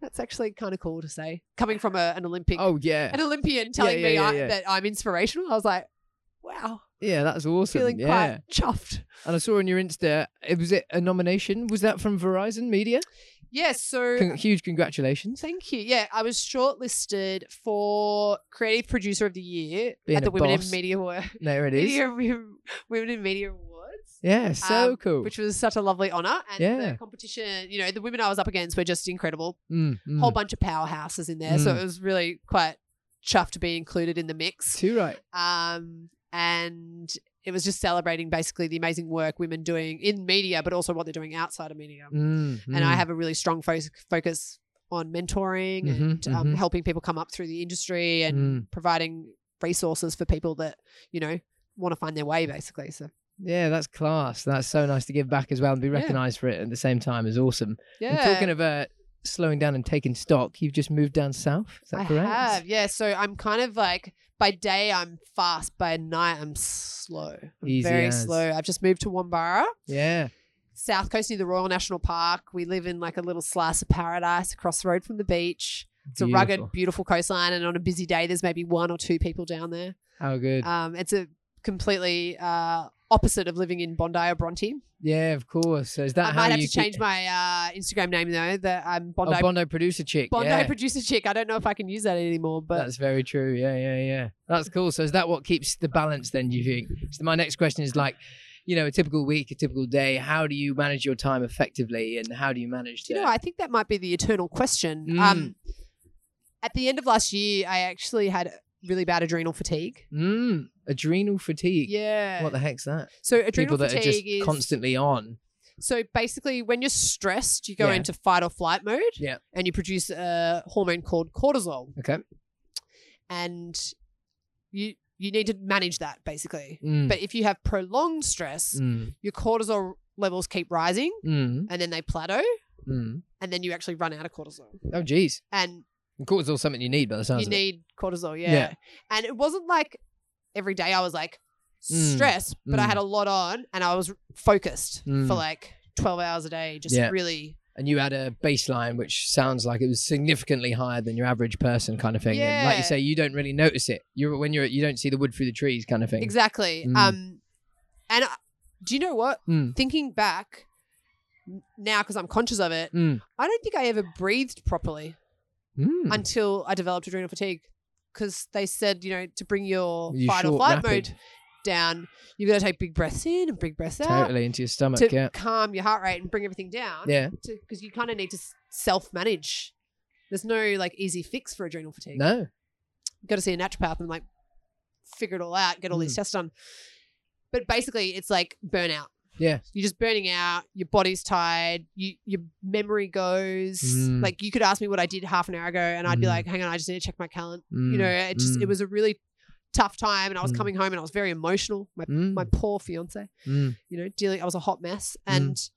Speaker 3: that's actually kind of cool to say. Coming from a, an Olympic,
Speaker 1: oh yeah,
Speaker 3: an Olympian telling
Speaker 1: yeah,
Speaker 3: me
Speaker 1: yeah,
Speaker 3: I,
Speaker 1: yeah.
Speaker 3: that I'm inspirational. I was like, wow, wow,
Speaker 1: Yeah, that's awesome.
Speaker 3: feeling
Speaker 1: yeah.
Speaker 3: quite chuffed.
Speaker 1: And I saw on your Insta, it was it a nomination? Was that from Verizon Media?
Speaker 3: Yes, so
Speaker 1: Con- huge congratulations.
Speaker 3: Thank you. Yeah, I was shortlisted for Creative Producer of the Year
Speaker 1: Being
Speaker 3: at the
Speaker 1: a
Speaker 3: Women
Speaker 1: boss.
Speaker 3: in Media Award.
Speaker 1: There it is.
Speaker 3: Media, Women in Media Awards,
Speaker 1: Yeah, so
Speaker 3: Um,
Speaker 1: cool.
Speaker 3: which was such a lovely honor. And
Speaker 1: Yeah.
Speaker 3: the competition, you know, the women I was up against were just incredible.
Speaker 1: Mm, mm.
Speaker 3: Whole bunch of powerhouses in there, so
Speaker 1: Mm.
Speaker 3: it was really quite chuffed to be included in the mix.
Speaker 1: Too right.
Speaker 3: Um, and it was just celebrating basically the amazing work women doing in media, but also what they're doing outside of media
Speaker 1: Mm,
Speaker 3: and I
Speaker 1: mm.
Speaker 3: have a really strong fo- focus on mentoring
Speaker 1: Mhm,
Speaker 3: and um,
Speaker 1: mhm.
Speaker 3: helping people come up through the industry and
Speaker 1: Mm.
Speaker 3: providing resources for people that you know want to find their way basically so
Speaker 1: Yeah, that's class. That's so nice to give back as well and be
Speaker 3: Yeah.
Speaker 1: recognised for it at the same time is awesome. And
Speaker 3: yeah
Speaker 1: talking of uh, slowing down and taking stock, you've just moved down south. Is that
Speaker 3: i
Speaker 1: correct?
Speaker 3: have yeah so i'm kind of like by day i'm fast by night i'm slow I'm
Speaker 1: Easy
Speaker 3: very
Speaker 1: as.
Speaker 3: slow i've just moved to Wombara
Speaker 1: Yeah.
Speaker 3: south coast near the royal national park we live in like a little slice of paradise across the road from the beach it's a rugged beautiful coastline and on a busy day there's maybe one or two people down there
Speaker 1: How good.
Speaker 3: Um, it's a completely uh, opposite of living in Bondi or Bronte.
Speaker 1: yeah, of course. So is that
Speaker 3: I
Speaker 1: how
Speaker 3: might have
Speaker 1: you
Speaker 3: to change my uh, Instagram name though. That I'm Bondi
Speaker 1: oh, Bondo producer chick.
Speaker 3: Bondi
Speaker 1: yeah.
Speaker 3: producer chick. I don't know if I can use that anymore, but
Speaker 1: That's very true. Yeah, yeah, yeah. That's cool. So is that what keeps the balance then, do you think? So my next question is like, you know, a typical week, a typical day, how do you manage your time effectively and how do you manage
Speaker 3: do
Speaker 1: to
Speaker 3: you know, I think that might be the eternal question.
Speaker 1: Mm.
Speaker 3: Um, at the end of last year, I actually had really bad adrenal fatigue.
Speaker 1: mm, adrenal fatigue?
Speaker 3: Yeah.
Speaker 1: What the heck's that?
Speaker 3: so adrenal
Speaker 1: People that are
Speaker 3: fatigue
Speaker 1: just
Speaker 3: is
Speaker 1: constantly on.
Speaker 3: So basically, when you're stressed, you go
Speaker 1: Yeah.
Speaker 3: into fight or flight mode,
Speaker 1: Yeah.
Speaker 3: and you produce a hormone called cortisol.
Speaker 1: Okay.
Speaker 3: and you you need to manage that basically.
Speaker 1: Mm,
Speaker 3: But if you have prolonged stress,
Speaker 1: mm,
Speaker 3: your cortisol levels keep rising,
Speaker 1: mm,
Speaker 3: and then they plateau,
Speaker 1: mm.
Speaker 3: and then you actually run out of cortisol,
Speaker 1: Oh, geez.
Speaker 3: and
Speaker 1: Cortisol's something you need by the sounds
Speaker 3: you
Speaker 1: of it.
Speaker 3: need cortisol. Yeah.
Speaker 1: Yeah.
Speaker 3: and it wasn't like every day I was like
Speaker 1: Mm.
Speaker 3: stressed, but I
Speaker 1: Mm.
Speaker 3: had a lot on, and I was focused
Speaker 1: Mm.
Speaker 3: for like twelve hours a day, just
Speaker 1: Yeah.
Speaker 3: really
Speaker 1: And you had a baseline which sounds like it was significantly higher than your average person kind of thing. And like
Speaker 3: Yeah.
Speaker 1: you say, you don't really notice it. You're when you're you don't see the wood through the trees kind of thing.
Speaker 3: Exactly.
Speaker 1: Mm.
Speaker 3: Um, and I- do you know what?
Speaker 1: Mm.
Speaker 3: Thinking back n- now, because I'm conscious of it,
Speaker 1: Mm.
Speaker 3: I don't think I ever breathed properly
Speaker 1: Mm.
Speaker 3: until I developed adrenal fatigue. Because they said, you know, to bring your
Speaker 1: You
Speaker 3: fight or
Speaker 1: short,
Speaker 3: flight
Speaker 1: rapid,
Speaker 3: mode down, you've got to take big breaths in and big breaths out
Speaker 1: totally into your stomach.
Speaker 3: to
Speaker 1: yeah,
Speaker 3: calm your heart rate and bring everything down.
Speaker 1: yeah.
Speaker 3: Because you kind of need to self manage. There's no like easy fix for adrenal fatigue
Speaker 1: No,
Speaker 3: go to see a naturopath and like figure it all out, get all these
Speaker 1: Mm.
Speaker 3: tests done. But basically, it's like burnout.
Speaker 1: Yeah.
Speaker 3: you're just burning out. Your body's tired. You your memory goes.
Speaker 1: Mm.
Speaker 3: Like you could ask me what I did half an hour ago, and I'd be
Speaker 1: Mm.
Speaker 3: like, "Hang on, I just need to check my calendar."
Speaker 1: Mm.
Speaker 3: You know, it just it
Speaker 1: Mm.
Speaker 3: was a really tough time, and I was
Speaker 1: Mm.
Speaker 3: coming home and I was very emotional. My
Speaker 1: Mm.
Speaker 3: my poor fiance,
Speaker 1: Mm.
Speaker 3: you know, dealing. I was a hot mess,
Speaker 1: Mm.
Speaker 3: and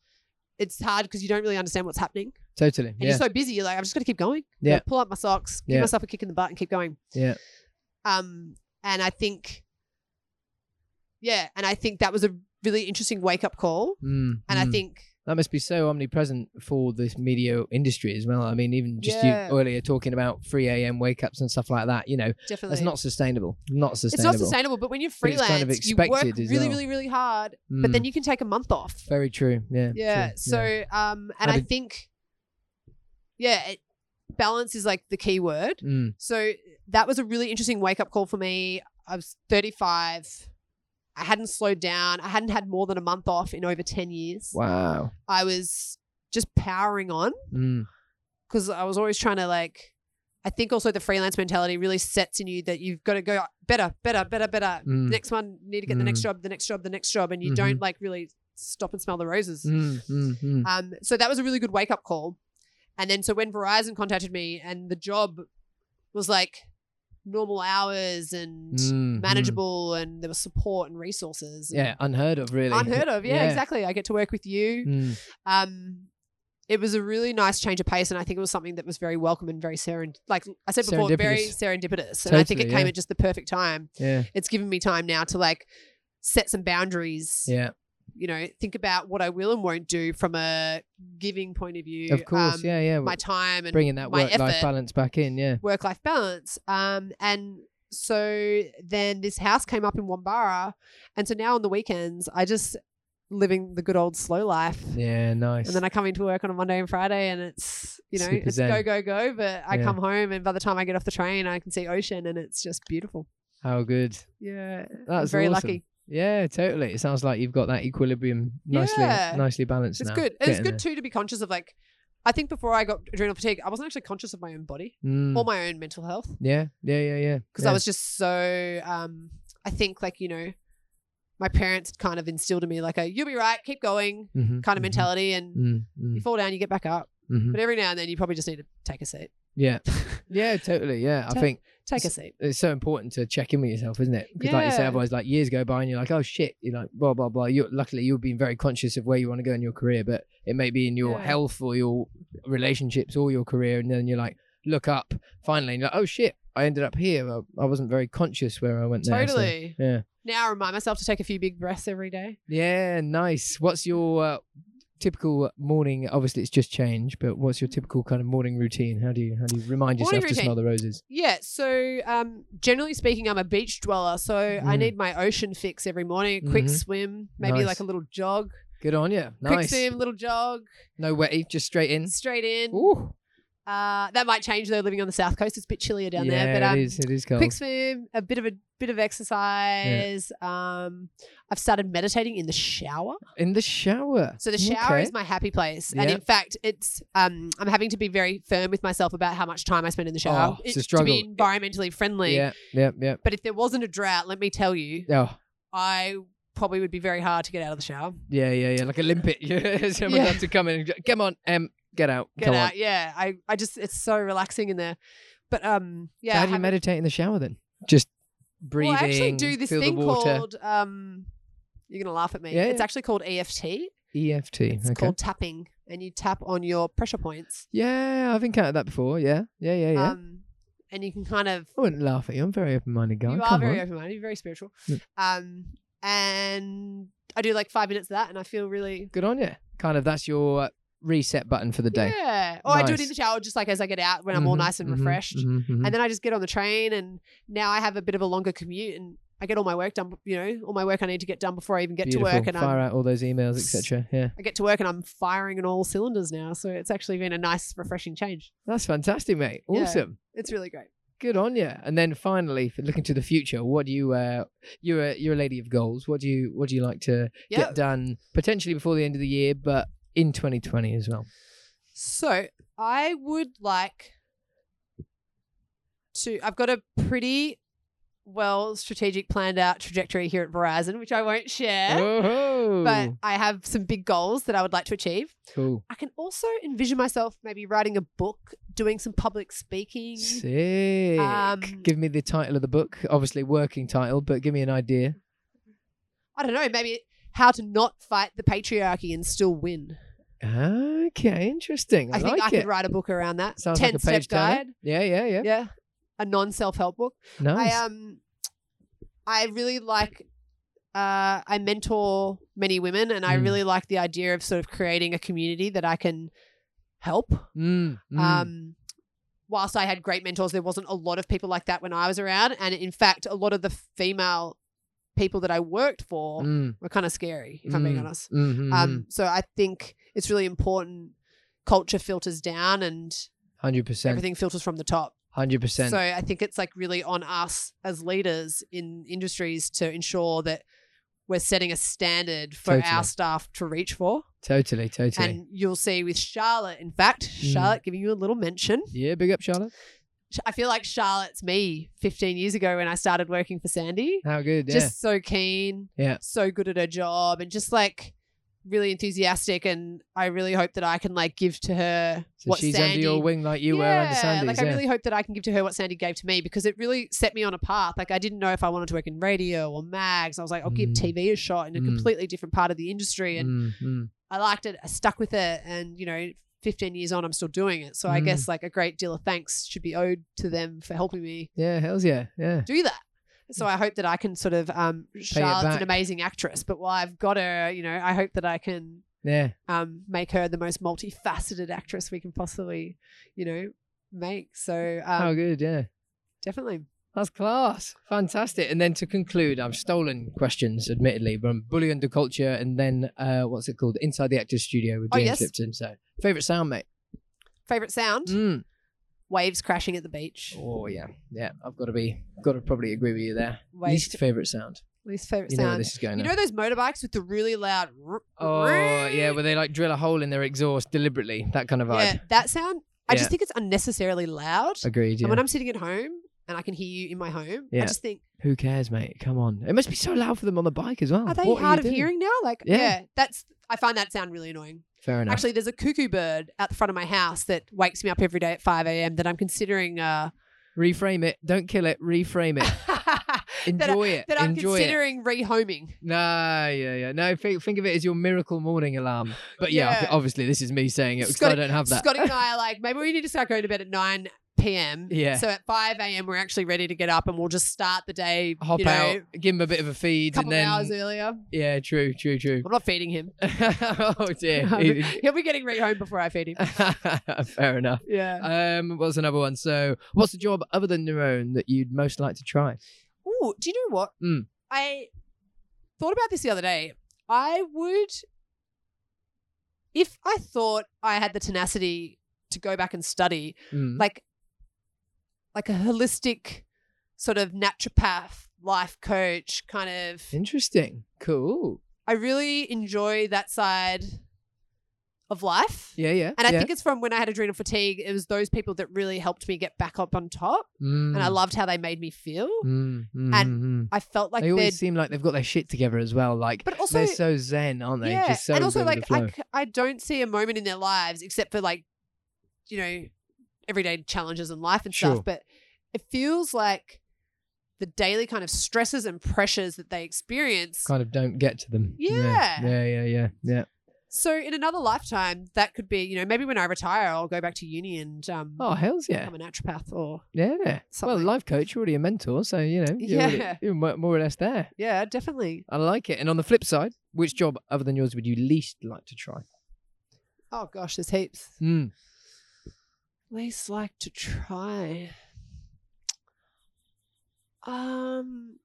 Speaker 3: it's hard because you don't really understand what's happening,
Speaker 1: totally.
Speaker 3: and
Speaker 1: Yeah,
Speaker 3: you're so busy. You're like, "I've just got to keep going." You
Speaker 1: Yeah.
Speaker 3: know, pull up my socks, give
Speaker 1: Yeah.
Speaker 3: myself a kick in the butt, and keep going.
Speaker 1: yeah.
Speaker 3: Um, and I think, yeah, and I think that was a really interesting wake up call.
Speaker 1: Mm.
Speaker 3: And I
Speaker 1: Mm.
Speaker 3: think,
Speaker 1: that must be so omnipresent for this media industry as well. I mean, even just
Speaker 3: Yeah.
Speaker 1: you earlier talking about 3 a.m. wake ups and stuff like that. You know,
Speaker 3: definitely,
Speaker 1: that's not sustainable. Not
Speaker 3: it's
Speaker 1: sustainable.
Speaker 3: not sustainable. But when you're
Speaker 1: But it's
Speaker 3: freelance,
Speaker 1: kind of
Speaker 3: you work
Speaker 1: expected
Speaker 3: really,
Speaker 1: as well.
Speaker 3: really, really hard, but then
Speaker 1: Mm.
Speaker 3: you can take a month off.
Speaker 1: very true. Yeah.
Speaker 3: Yeah.
Speaker 1: true,
Speaker 3: So, um, and
Speaker 1: How
Speaker 3: I
Speaker 1: did-
Speaker 3: think, yeah, it, balance is like the key word.
Speaker 1: Mm.
Speaker 3: So that was a really interesting wake up call for me. I was 35. I hadn't slowed down. I hadn't had more than a month off in over 10 years.
Speaker 1: Wow.
Speaker 3: I was just powering on
Speaker 1: Mm.
Speaker 3: because I was always trying to like. I think also the freelance mentality really sets in you that you've got to go better, better, better, better.
Speaker 1: Mm.
Speaker 3: Next one, need to get the
Speaker 1: Mm.
Speaker 3: next
Speaker 1: Mm-hmm.
Speaker 3: job, the next job, the next job, and you don't like really stop and smell the roses.
Speaker 1: Mm. Mm. Mm.
Speaker 3: Um, so that was a really good wake up call. And then so when Verizon contacted me and the job was like normal hours and
Speaker 1: Mm.
Speaker 3: manageable, and there was support and resources. and
Speaker 1: Yeah, unheard of, really.
Speaker 3: Unheard of, yeah,
Speaker 1: Yeah.
Speaker 3: exactly. I get to work with you
Speaker 1: Mm.
Speaker 3: um it was a really nice change of pace and i think it was something that was very welcome and very serend like i said before very serendipitous and i think it
Speaker 1: Totally,
Speaker 3: came
Speaker 1: yeah.
Speaker 3: at just the perfect time
Speaker 1: Yeah.
Speaker 3: it's given me time now to like set some boundaries
Speaker 1: Yeah.
Speaker 3: you know think about what i will and won't do from a giving point of view
Speaker 1: Of course.
Speaker 3: um,
Speaker 1: yeah. Yeah.
Speaker 3: my time and
Speaker 1: Bringing that
Speaker 3: my
Speaker 1: work life
Speaker 3: effort.
Speaker 1: balance back in. Yeah.
Speaker 3: work life balance um and so then this house came up in Wambara, and so now on the weekends I just living the good old slow life.
Speaker 1: Yeah, nice.
Speaker 3: And then I come into work on a Monday and Friday, and it's you know
Speaker 1: Super
Speaker 3: it's
Speaker 1: zen.
Speaker 3: go go go. But I
Speaker 1: Yeah.
Speaker 3: come home, and by the time I get off the train, I can see ocean, and it's just beautiful.
Speaker 1: How good.
Speaker 3: Yeah, I'm
Speaker 1: That's
Speaker 3: very
Speaker 1: awesome.
Speaker 3: lucky.
Speaker 1: Yeah, totally. It sounds like you've got that equilibrium nicely,
Speaker 3: Yeah.
Speaker 1: nicely balanced.
Speaker 3: It's
Speaker 1: now.
Speaker 3: good. And it's
Speaker 1: Getting
Speaker 3: good too to be conscious of like. I think before I got adrenal fatigue, I wasn't actually conscious of my own body
Speaker 1: there. Mm.
Speaker 3: or my own mental health
Speaker 1: Yeah, yeah, yeah, yeah.
Speaker 3: because
Speaker 1: yeah.
Speaker 3: I was just so. Um, I think like you know, my parents had kind of instilled in me like a "you'll be right, keep going"
Speaker 1: Mhm,
Speaker 3: kind of
Speaker 1: mhm,
Speaker 3: mentality, and
Speaker 1: mm,
Speaker 3: you
Speaker 1: mm,
Speaker 3: fall down, you get back up.
Speaker 1: mhm.
Speaker 3: But every now and then, you probably just need to take a seat.
Speaker 1: Yeah, yeah, totally. Yeah, I
Speaker 3: Ta-
Speaker 1: think
Speaker 3: Take a
Speaker 1: S-
Speaker 3: seat.
Speaker 1: it's so important to check in with yourself, isn't it? Because like you say,
Speaker 3: Yeah.
Speaker 1: otherwise, like years go by and you're like, oh shit, you're like blah blah blah. You luckily you've been very conscious of where you want to go in your career, but it may be in your
Speaker 3: Yeah.
Speaker 1: health or your relationships or your career, and then you're like, look up finally, and you're like, oh shit, I ended up here. I, I wasn't very conscious where I went. There, so-
Speaker 3: Totally.
Speaker 1: yeah.
Speaker 3: Now I remind myself to take a few big breaths every day.
Speaker 1: Yeah, nice. What's your uh, typical morning? Obviously, it's just change, but what's your typical kind of morning routine? How do you how do you remind yourself
Speaker 3: Morning
Speaker 1: to smell the roses?
Speaker 3: Yeah. So, um, generally speaking, I'm a beach dweller. So I
Speaker 1: Mm.
Speaker 3: need my ocean fix every morning. A quick
Speaker 1: Mhm.
Speaker 3: swim, maybe
Speaker 1: Nice.
Speaker 3: like a little jog.
Speaker 1: Good on you.
Speaker 3: Quick
Speaker 1: Nice.
Speaker 3: swim, little jog,
Speaker 1: No wetty, just straight in.
Speaker 3: straight in.
Speaker 1: Ooh.
Speaker 3: Uh, that might change though. Living on the south coast, it's a bit chillier down
Speaker 1: yeah,
Speaker 3: there. But um,
Speaker 1: it is. It is cold.
Speaker 3: quick swim, a bit of a bit of exercise. Um, I've started meditating in the shower.
Speaker 1: in the shower.
Speaker 3: So the shower
Speaker 1: Okay.
Speaker 3: is my happy place, and
Speaker 1: Yeah.
Speaker 3: in fact, it's um, I'm having to be very firm with myself about how much time I spend in the
Speaker 1: Oh,
Speaker 3: shower
Speaker 1: it's a
Speaker 3: It-
Speaker 1: struggle.
Speaker 3: to be environmentally friendly.
Speaker 1: Yeah, yeah, yeah.
Speaker 3: But if there wasn't a drought, let me tell you,
Speaker 1: Oh,
Speaker 3: I probably would be very hard to get out of the shower.
Speaker 1: yeah, yeah, yeah. Like a limpet. Yeah, someone
Speaker 3: Yeah.
Speaker 1: had to come in. And go, come on, um, get out.
Speaker 3: Get
Speaker 1: come
Speaker 3: out,
Speaker 1: on.
Speaker 3: yeah. I I just it's so relaxing in there. But um, yeah.
Speaker 1: How do you
Speaker 3: having-
Speaker 1: meditate in the shower then? Just breathing.
Speaker 3: well, I actually do this
Speaker 1: feel
Speaker 3: thing
Speaker 1: the water.
Speaker 3: called um, you're gonna laugh at me.
Speaker 1: Yeah,
Speaker 3: It's
Speaker 1: yeah.
Speaker 3: actually called EFT.
Speaker 1: EFT.
Speaker 3: It's
Speaker 1: E okay.
Speaker 3: called tapping, and you tap on your pressure points.
Speaker 1: Yeah, I've encountered that before. Yeah, yeah, yeah, Oh, yeah.
Speaker 3: Um, and you can kind of
Speaker 1: I wouldn't laugh at you. I'm a very open-minded guy.
Speaker 3: You
Speaker 1: Come
Speaker 3: are very
Speaker 1: on.
Speaker 3: open minded, very spiritual.
Speaker 1: Mm.
Speaker 3: Um, and I do like five minutes of that, and I feel really
Speaker 1: Good on you. Kind of. That's your uh, reset button for the day.
Speaker 3: yeah. Or I do it in
Speaker 1: Nice.
Speaker 3: the shower, just like as I get out when I'm all
Speaker 1: Mhm,
Speaker 3: nice and
Speaker 1: mhm,
Speaker 3: refreshed,
Speaker 1: mhm, mhm.
Speaker 3: and then I just get on the train, and now I have a bit of a longer commute, and I get all my work done. You know, all my work I need to get done before I even get
Speaker 1: Beautiful.
Speaker 3: to work, and
Speaker 1: fire
Speaker 3: I'm,
Speaker 1: out all those emails, etc. Yeah,
Speaker 3: I get to work, and I'm firing on all cylinders now. So it's actually been a nice, refreshing change.
Speaker 1: that's fantastic, mate.
Speaker 3: Yeah.
Speaker 1: Awesome.
Speaker 3: It's really great.
Speaker 1: Good on you. And then finally, for looking to the future, what do you? Uh, you're a you're a lady of goals. What do you What do you like to
Speaker 3: Yeah.
Speaker 1: get done potentially before the end of the year, but in 2020 as well?
Speaker 3: So I would like to. I've got a pretty well strategic planned out trajectory here at Verizon, which I won't share.
Speaker 1: Oh,
Speaker 3: Eh? But I have some big goals that I would like to achieve.
Speaker 1: cool.
Speaker 3: I can also envision myself maybe writing a book, doing some public speaking.
Speaker 1: Sick.
Speaker 3: Um,
Speaker 1: give me the title of the book. Obviously, working title, but give me an idea.
Speaker 3: I don't know, maybe how to not fight the patriarchy and still win.
Speaker 1: Okay, interesting. I,
Speaker 3: I, think
Speaker 1: like
Speaker 3: I
Speaker 1: it.
Speaker 3: could write a book around that.
Speaker 1: Sounds
Speaker 3: Ten
Speaker 1: like a
Speaker 3: step
Speaker 1: page turner.
Speaker 3: guide.
Speaker 1: Yeah, yeah, yeah.
Speaker 3: Yeah. A non self help book.
Speaker 1: Nice.
Speaker 3: I um, I really like. Uh, I mentor many women, and I
Speaker 1: Mm.
Speaker 3: really like the idea of sort of creating a community that I can help.
Speaker 1: Mm, mm.
Speaker 3: Um, whilst I had great mentors, there wasn't a lot of people like that when I was around, and in fact, a lot of the female people that I worked for
Speaker 1: Mm,
Speaker 3: were kind of scary, if I'm being
Speaker 1: mm,
Speaker 3: honest.
Speaker 1: mm, mm, mm.
Speaker 3: Um, so I think it's really important. Culture filters down, and
Speaker 1: 100%.
Speaker 3: everything filters from the top.
Speaker 1: 100%.
Speaker 3: So I think it's like really on us as leaders in industries to ensure that we're setting a standard for
Speaker 1: Totally.
Speaker 3: our staff to reach for.
Speaker 1: totally, totally.
Speaker 3: And you'll see with Charlotte, in fact,
Speaker 1: Mm.
Speaker 3: Charlotte giving you a little mention.
Speaker 1: yeah, big up, Charlotte.
Speaker 3: Sh- I feel like Charlotte's me 15 years ago when I started working for Sandy.
Speaker 1: How good. Yeah.
Speaker 3: Just so keen,
Speaker 1: Yeah.
Speaker 3: so good at her job, and just like really enthusiastic. And I really hope that I can like give to her
Speaker 1: so
Speaker 3: what
Speaker 1: she's
Speaker 3: Sandy
Speaker 1: under your wing like you were under Sandy's.
Speaker 3: like
Speaker 1: yeah.
Speaker 3: I really hope that I can give to her what Sandy gave to me because it really set me on a path. Like I didn't know if I wanted to work in radio or mags. I was like, I'll give
Speaker 1: Mm.
Speaker 3: TV a shot in a
Speaker 1: Mm.
Speaker 3: completely different part of the industry, and
Speaker 1: Mm, mm.
Speaker 3: I liked it. I stuck with it, and you know, 15 years on, I'm still doing it. So I
Speaker 1: Mm.
Speaker 3: guess like a great deal of thanks should be owed to them for helping me
Speaker 1: Yeah, hells yeah. Yeah.
Speaker 3: do that. So I hope that I can sort of um, Charlotte's
Speaker 1: back.
Speaker 3: an amazing actress, but while I've got her, you know, I hope that I can
Speaker 1: Yeah.
Speaker 3: um, make her the most multifaceted actress we can possibly, you know, make. So um,
Speaker 1: How good. Yeah.
Speaker 3: Definitely.
Speaker 1: That's class. Fantastic. And then to conclude, I've stolen questions, admittedly, from Bullion de Culture and then uh, what's it called? Inside the Actors Studio with
Speaker 3: Oh,
Speaker 1: James
Speaker 3: yes.
Speaker 1: Lipton. So, favourite sound, mate?
Speaker 3: Favorite sound?
Speaker 1: Mm.
Speaker 3: Waves crashing at the beach.
Speaker 1: Oh, yeah. Yeah, I've got to be, got to probably agree with you there.
Speaker 3: Waves.
Speaker 1: Least favourite sound.
Speaker 3: Least favorite
Speaker 1: You know where
Speaker 3: sound.
Speaker 1: this is going
Speaker 3: You
Speaker 1: now.
Speaker 3: know those motorbikes with the really loud. r-
Speaker 1: Oh,
Speaker 3: r-
Speaker 1: yeah, where they like drill a hole in their exhaust deliberately. That kind of vibe.
Speaker 3: Yeah, that sound. I
Speaker 1: Yeah.
Speaker 3: just think it's unnecessarily loud.
Speaker 1: Agreed. Yeah.
Speaker 3: And when I'm sitting at home and I can hear you in my home,
Speaker 1: Yeah.
Speaker 3: I just think,
Speaker 1: Who cares, mate? Come on. It must be so loud for them on the bike as well.
Speaker 3: are they
Speaker 1: Oh, What you
Speaker 3: hard of
Speaker 1: doing?
Speaker 3: hearing now? Like,
Speaker 1: Yeah.
Speaker 3: yeah. that's. I find that sound really annoying.
Speaker 1: Fair enough.
Speaker 3: Actually, there's a cuckoo bird out the front of my house that wakes me up every day at 5 a.m. that I'm considering. Uh,
Speaker 1: reframe it. Don't kill it. Reframe it.
Speaker 3: that, I,
Speaker 1: Enjoy it.
Speaker 3: that I'm
Speaker 1: Enjoy it.
Speaker 3: considering rehoming.
Speaker 1: No, yeah, yeah. No, think, think of it as your miracle morning alarm. But yeah,
Speaker 3: Yeah.
Speaker 1: obviously this is me saying it because I
Speaker 3: Scotty-
Speaker 1: don't have that.
Speaker 3: Scotty and I are like, maybe we need to start going to bed at 9 p.m.
Speaker 1: Yeah.
Speaker 3: So at 5 a.m., we're actually ready to get up and we'll just start the day,
Speaker 1: Hop
Speaker 3: you know,
Speaker 1: out, give him a bit of a
Speaker 3: a
Speaker 1: feed,
Speaker 3: couple
Speaker 1: and then
Speaker 3: of hours earlier.
Speaker 1: yeah, true, true, true.
Speaker 3: I'm not feeding him.
Speaker 1: oh dear. He-
Speaker 3: He'll be getting rehome before I feed him.
Speaker 1: Fair enough.
Speaker 3: Yeah.
Speaker 1: Um, what's another one? So, what's the job other than your own that you'd most like to try?
Speaker 3: Ooh, do you know what?
Speaker 1: Mm.
Speaker 3: I thought about this the other day. I would, if I thought I had the tenacity to go back and study,
Speaker 1: Mm.
Speaker 3: like, like a holistic sort of naturopath, life coach kind of.
Speaker 1: Interesting. Cool.
Speaker 3: I really enjoy that side of life.
Speaker 1: Yeah, yeah.
Speaker 3: And I
Speaker 1: yeah.
Speaker 3: think it's from when I had adrenal fatigue. It was those people that really helped me get back up on top. And I
Speaker 1: Mm,
Speaker 3: loved how they made me feel.
Speaker 1: mm, mm,
Speaker 3: and
Speaker 1: mm, mm.
Speaker 3: I felt like
Speaker 1: they
Speaker 3: they'd
Speaker 1: always seem like they've got their shit together as well. Like
Speaker 3: But also-
Speaker 1: they're so zen, aren't they?
Speaker 3: Yeah,
Speaker 1: Just so
Speaker 3: and also
Speaker 1: with
Speaker 3: like
Speaker 1: the flow.
Speaker 3: I, c- I don't see a moment in their lives except for like, you know, everyday challenges in life and
Speaker 1: Sure.
Speaker 3: stuff. But it feels like the daily kind of stresses and pressures that they experience.
Speaker 1: kind of don't get to them. yeah,
Speaker 3: Yeah.
Speaker 1: yeah, yeah, yeah.
Speaker 3: So in another lifetime, that could be you know maybe when I retire, I'll go back to uni and um,
Speaker 1: Oh hell's yeah,
Speaker 3: become a naturopath or
Speaker 1: yeah. Well,
Speaker 3: something.
Speaker 1: life coach, you're already a mentor, so you know, you're, already-
Speaker 3: Yeah.
Speaker 1: you're mo- more or less there.
Speaker 3: yeah, definitely.
Speaker 1: I like it. And on the flip side, which job other than yours would you least like to try?
Speaker 3: Oh gosh, there's heaps.
Speaker 1: Mm.
Speaker 3: least like to try? Um,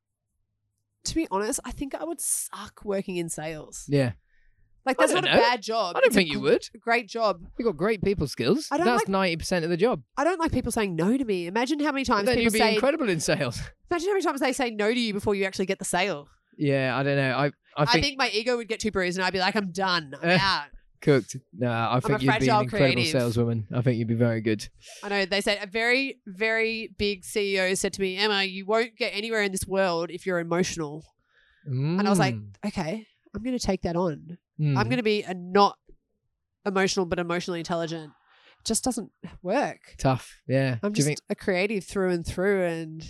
Speaker 3: to be honest, I think I would suck working in sales.
Speaker 1: Yeah,
Speaker 3: Like
Speaker 1: I
Speaker 3: that's
Speaker 1: don't
Speaker 3: not
Speaker 1: know.
Speaker 3: a bad job.
Speaker 1: I don't
Speaker 3: It's a
Speaker 1: think you
Speaker 3: gr-
Speaker 1: would.
Speaker 3: A great job.
Speaker 1: You've got great people skills.
Speaker 3: I don't
Speaker 1: That's
Speaker 3: like-
Speaker 1: ninety percent of the job.
Speaker 3: I don't like people saying no to me. Imagine how many times
Speaker 1: then
Speaker 3: people
Speaker 1: you'd be
Speaker 3: say.
Speaker 1: incredible in sales.
Speaker 3: imagine how many times they say no to you before you actually get the sale.
Speaker 1: Yeah, I don't know. I I
Speaker 3: I think,
Speaker 1: think,
Speaker 3: my ego would get too bruised, and I'd be like, "I'm done. I'm
Speaker 1: Eh.
Speaker 3: out."
Speaker 1: cooked. No, I think
Speaker 3: a
Speaker 1: you'd be an
Speaker 3: fragile
Speaker 1: incredible
Speaker 3: creative.
Speaker 1: saleswoman. I think you'd be very good.
Speaker 3: I know they said a very, very big CEO said to me, "Emma, you won't get anywhere in this world if you're emotional." I was like,
Speaker 1: Mm.
Speaker 3: Okay, I'm going to take that on.
Speaker 1: Mm.
Speaker 3: I'm going to be a not emotional but emotionally intelligent. It just doesn't work.
Speaker 1: tough. Yeah.
Speaker 3: I'm
Speaker 1: Do you
Speaker 3: just
Speaker 1: think-
Speaker 3: a creative through and through, and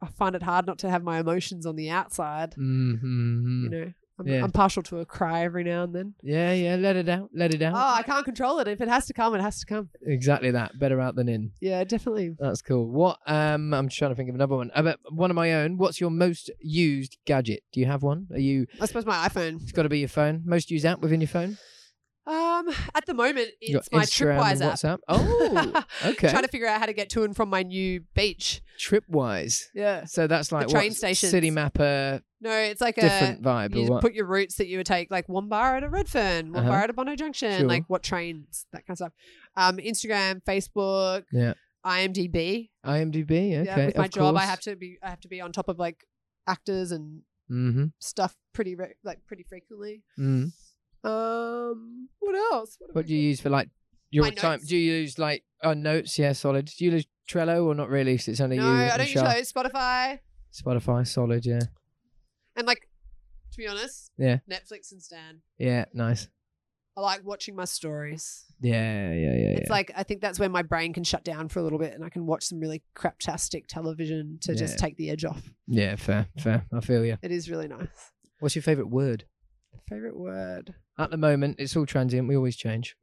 Speaker 3: I find it hard not to have my emotions on the outside.
Speaker 1: Mm, mm, mm.
Speaker 3: You know, I'm,
Speaker 1: Yeah.
Speaker 3: I'm partial to a cry every now and then.
Speaker 1: Yeah, yeah. Let it out. Let it out.
Speaker 3: Oh, I can't control it. If it has to come, it has to come.
Speaker 1: Exactly that. Better out than in.
Speaker 3: Yeah, definitely.
Speaker 1: That's cool. What? Um, I'm trying to think of another one. I bet one of my own. What's your most used gadget? Do you have one? Are you?
Speaker 3: I suppose my iPhone.
Speaker 1: It's got to be your phone. Most used app within your phone.
Speaker 3: Um, at the moment,
Speaker 1: You got
Speaker 3: it's my
Speaker 1: Instagram
Speaker 3: Tripwise
Speaker 1: and
Speaker 3: app.
Speaker 1: WhatsApp. Oh, okay.
Speaker 3: Trying to figure out how to get to and from my new beach.
Speaker 1: Tripwise.
Speaker 3: Yeah.
Speaker 1: So that's like
Speaker 3: train
Speaker 1: what,
Speaker 3: stations.
Speaker 1: City mapper,
Speaker 3: No, it's like a
Speaker 1: different vibe or
Speaker 3: you just
Speaker 1: what?
Speaker 3: put your routes that you would take, like one bar out of Redfern, one
Speaker 1: Uh-huh.
Speaker 3: bar out of Bono Junction,
Speaker 1: Sure.
Speaker 3: like what trains, that kind of stuff. Um, Instagram, Facebook,
Speaker 1: Yeah.
Speaker 3: IMDb.
Speaker 1: IMDb. Okay.
Speaker 3: yeah, with my
Speaker 1: of
Speaker 3: job, I
Speaker 1: course.
Speaker 3: have to be, I have to be on top of like actors and
Speaker 1: Mhm.
Speaker 3: stuff pretty, re- like pretty frequently.
Speaker 1: Mm.
Speaker 3: Um, what else? have
Speaker 1: What
Speaker 3: I
Speaker 1: do you
Speaker 3: got?
Speaker 1: use for like your
Speaker 3: My
Speaker 1: time?
Speaker 3: notes.
Speaker 1: Do you use like oh, notes? Yeah, solid. Do you use Trello or not really? 'Cause it's only
Speaker 3: No,
Speaker 1: you.
Speaker 3: I
Speaker 1: and
Speaker 3: don't use
Speaker 1: Shah.
Speaker 3: those. Spotify
Speaker 1: Spotify, solid. Yeah.
Speaker 3: and like, to be honest,
Speaker 1: Yeah.
Speaker 3: Netflix and Stan.
Speaker 1: Yeah. Nice.
Speaker 3: I like watching my stories.
Speaker 1: Yeah. Yeah. Yeah.
Speaker 3: It's like I think that's where my brain can shut down for a little bit, and I can watch some really craptastic television to
Speaker 1: Yeah.
Speaker 3: just take the edge off.
Speaker 1: Yeah, fair, fair. I feel you.
Speaker 3: It is really nice.
Speaker 1: What's your favourite word?
Speaker 3: Favorite word?
Speaker 1: At the moment, it's all transient. We always change.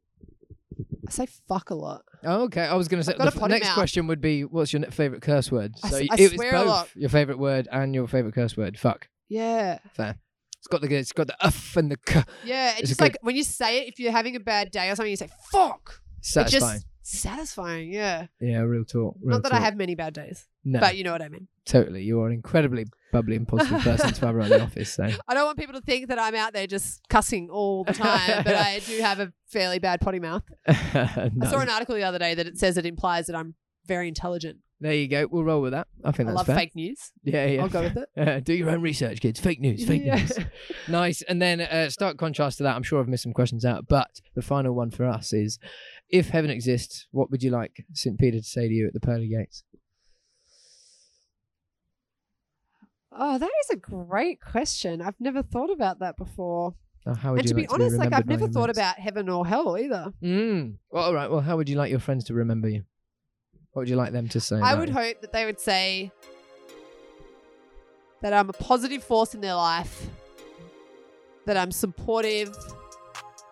Speaker 3: I say fuck a lot.
Speaker 1: Oh, okay, I was going to say
Speaker 3: got a
Speaker 1: the f-
Speaker 3: potty
Speaker 1: next
Speaker 3: mouth.
Speaker 1: question would be, what's your favourite curse word?
Speaker 3: I s-
Speaker 1: y-
Speaker 3: I
Speaker 1: it was
Speaker 3: swear a
Speaker 1: both
Speaker 3: lot.
Speaker 1: your favourite word and your favourite curse word. Fuck,
Speaker 3: Yeah,
Speaker 1: fair. It's got the it's got the uff and the k.
Speaker 3: yeah. It's,
Speaker 1: It's
Speaker 3: just
Speaker 1: good.
Speaker 3: like when you say it, if you're having a bad day or something, you say fuck. It's
Speaker 1: Satisfying.
Speaker 3: just satisfying. Yeah.
Speaker 1: Yeah, real talk. real
Speaker 3: Not that I
Speaker 1: talk.
Speaker 3: have many bad days.
Speaker 1: No,
Speaker 3: But you know what I mean.
Speaker 1: totally. You're an incredibly bubbly and positive person to have around the office. So
Speaker 3: I don't want people to think that I'm out there just cussing all the time, but I do have a fairly bad potty mouth. I saw
Speaker 1: No.
Speaker 3: an article the other day that it says it implies that I'm very intelligent.
Speaker 1: there you go. We'll roll with that. I think
Speaker 3: I
Speaker 1: that's
Speaker 3: love
Speaker 1: fair.
Speaker 3: fake news.
Speaker 1: Yeah, yeah.
Speaker 3: I'll go with it.
Speaker 1: Uh, do your own research, kids. Fake news, fake
Speaker 3: Yeah.
Speaker 1: news. Nice. And then uh, stark contrast to that, I'm sure I've missed some questions out, but the final one for us is if heaven exists, what would you like St. Peter to say to you at the pearly gates?
Speaker 3: Oh, that is a great question. I've never thought about that before.
Speaker 1: Or Uh, how would
Speaker 3: and
Speaker 1: you
Speaker 3: to be
Speaker 1: like
Speaker 3: honest, like
Speaker 1: remembered
Speaker 3: I've
Speaker 1: by
Speaker 3: never
Speaker 1: your
Speaker 3: thought
Speaker 1: mates?
Speaker 3: about heaven or hell either.
Speaker 1: Mm. Well, all right. Well, how would you like your friends to remember you? What would you like them to say?
Speaker 3: I
Speaker 1: about
Speaker 3: would
Speaker 1: you?
Speaker 3: hope that they would say that I'm a positive force in their life, that I'm supportive,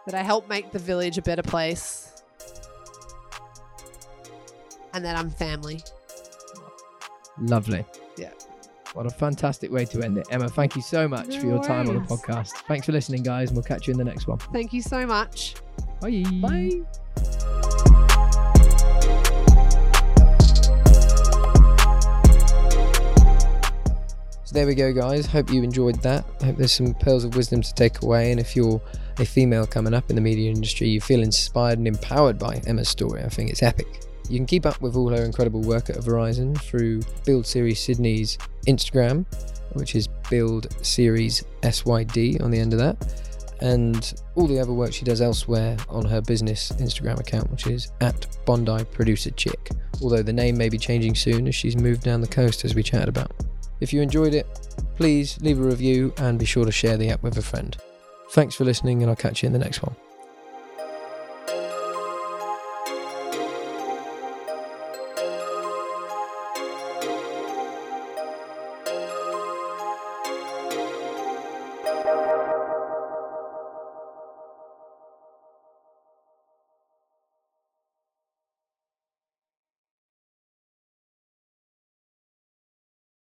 Speaker 3: that I help make the village a better place, and that I'm family.
Speaker 1: Lovely.
Speaker 3: Yeah.
Speaker 1: What a fantastic way to end it. Emma, thank you so much for your time on the
Speaker 3: worries.
Speaker 1: podcast. Thanks for listening, guys, and we'll catch you in the next one.
Speaker 3: Thank you so much.
Speaker 1: Bye.
Speaker 3: Bye.
Speaker 2: So there we go, guys. Hope you enjoyed that. I hope there's some pearls of wisdom to take away. And if you're a female coming up in the media industry, you feel inspired and empowered by Emma's story. I think it's epic. You can keep up with all her incredible work at Verizon through Build Series Sydney's Instagram, which is Build Series SYD on the end of that, and all the other work she does elsewhere on her business Instagram account, which is at Bondi Producer Chick. Although the name may be changing soon as she's moved down the coast, as we chatted about. If you enjoyed it, please leave a review and be sure to share the app with a friend. Thanks for listening, and I'll catch you in the next one.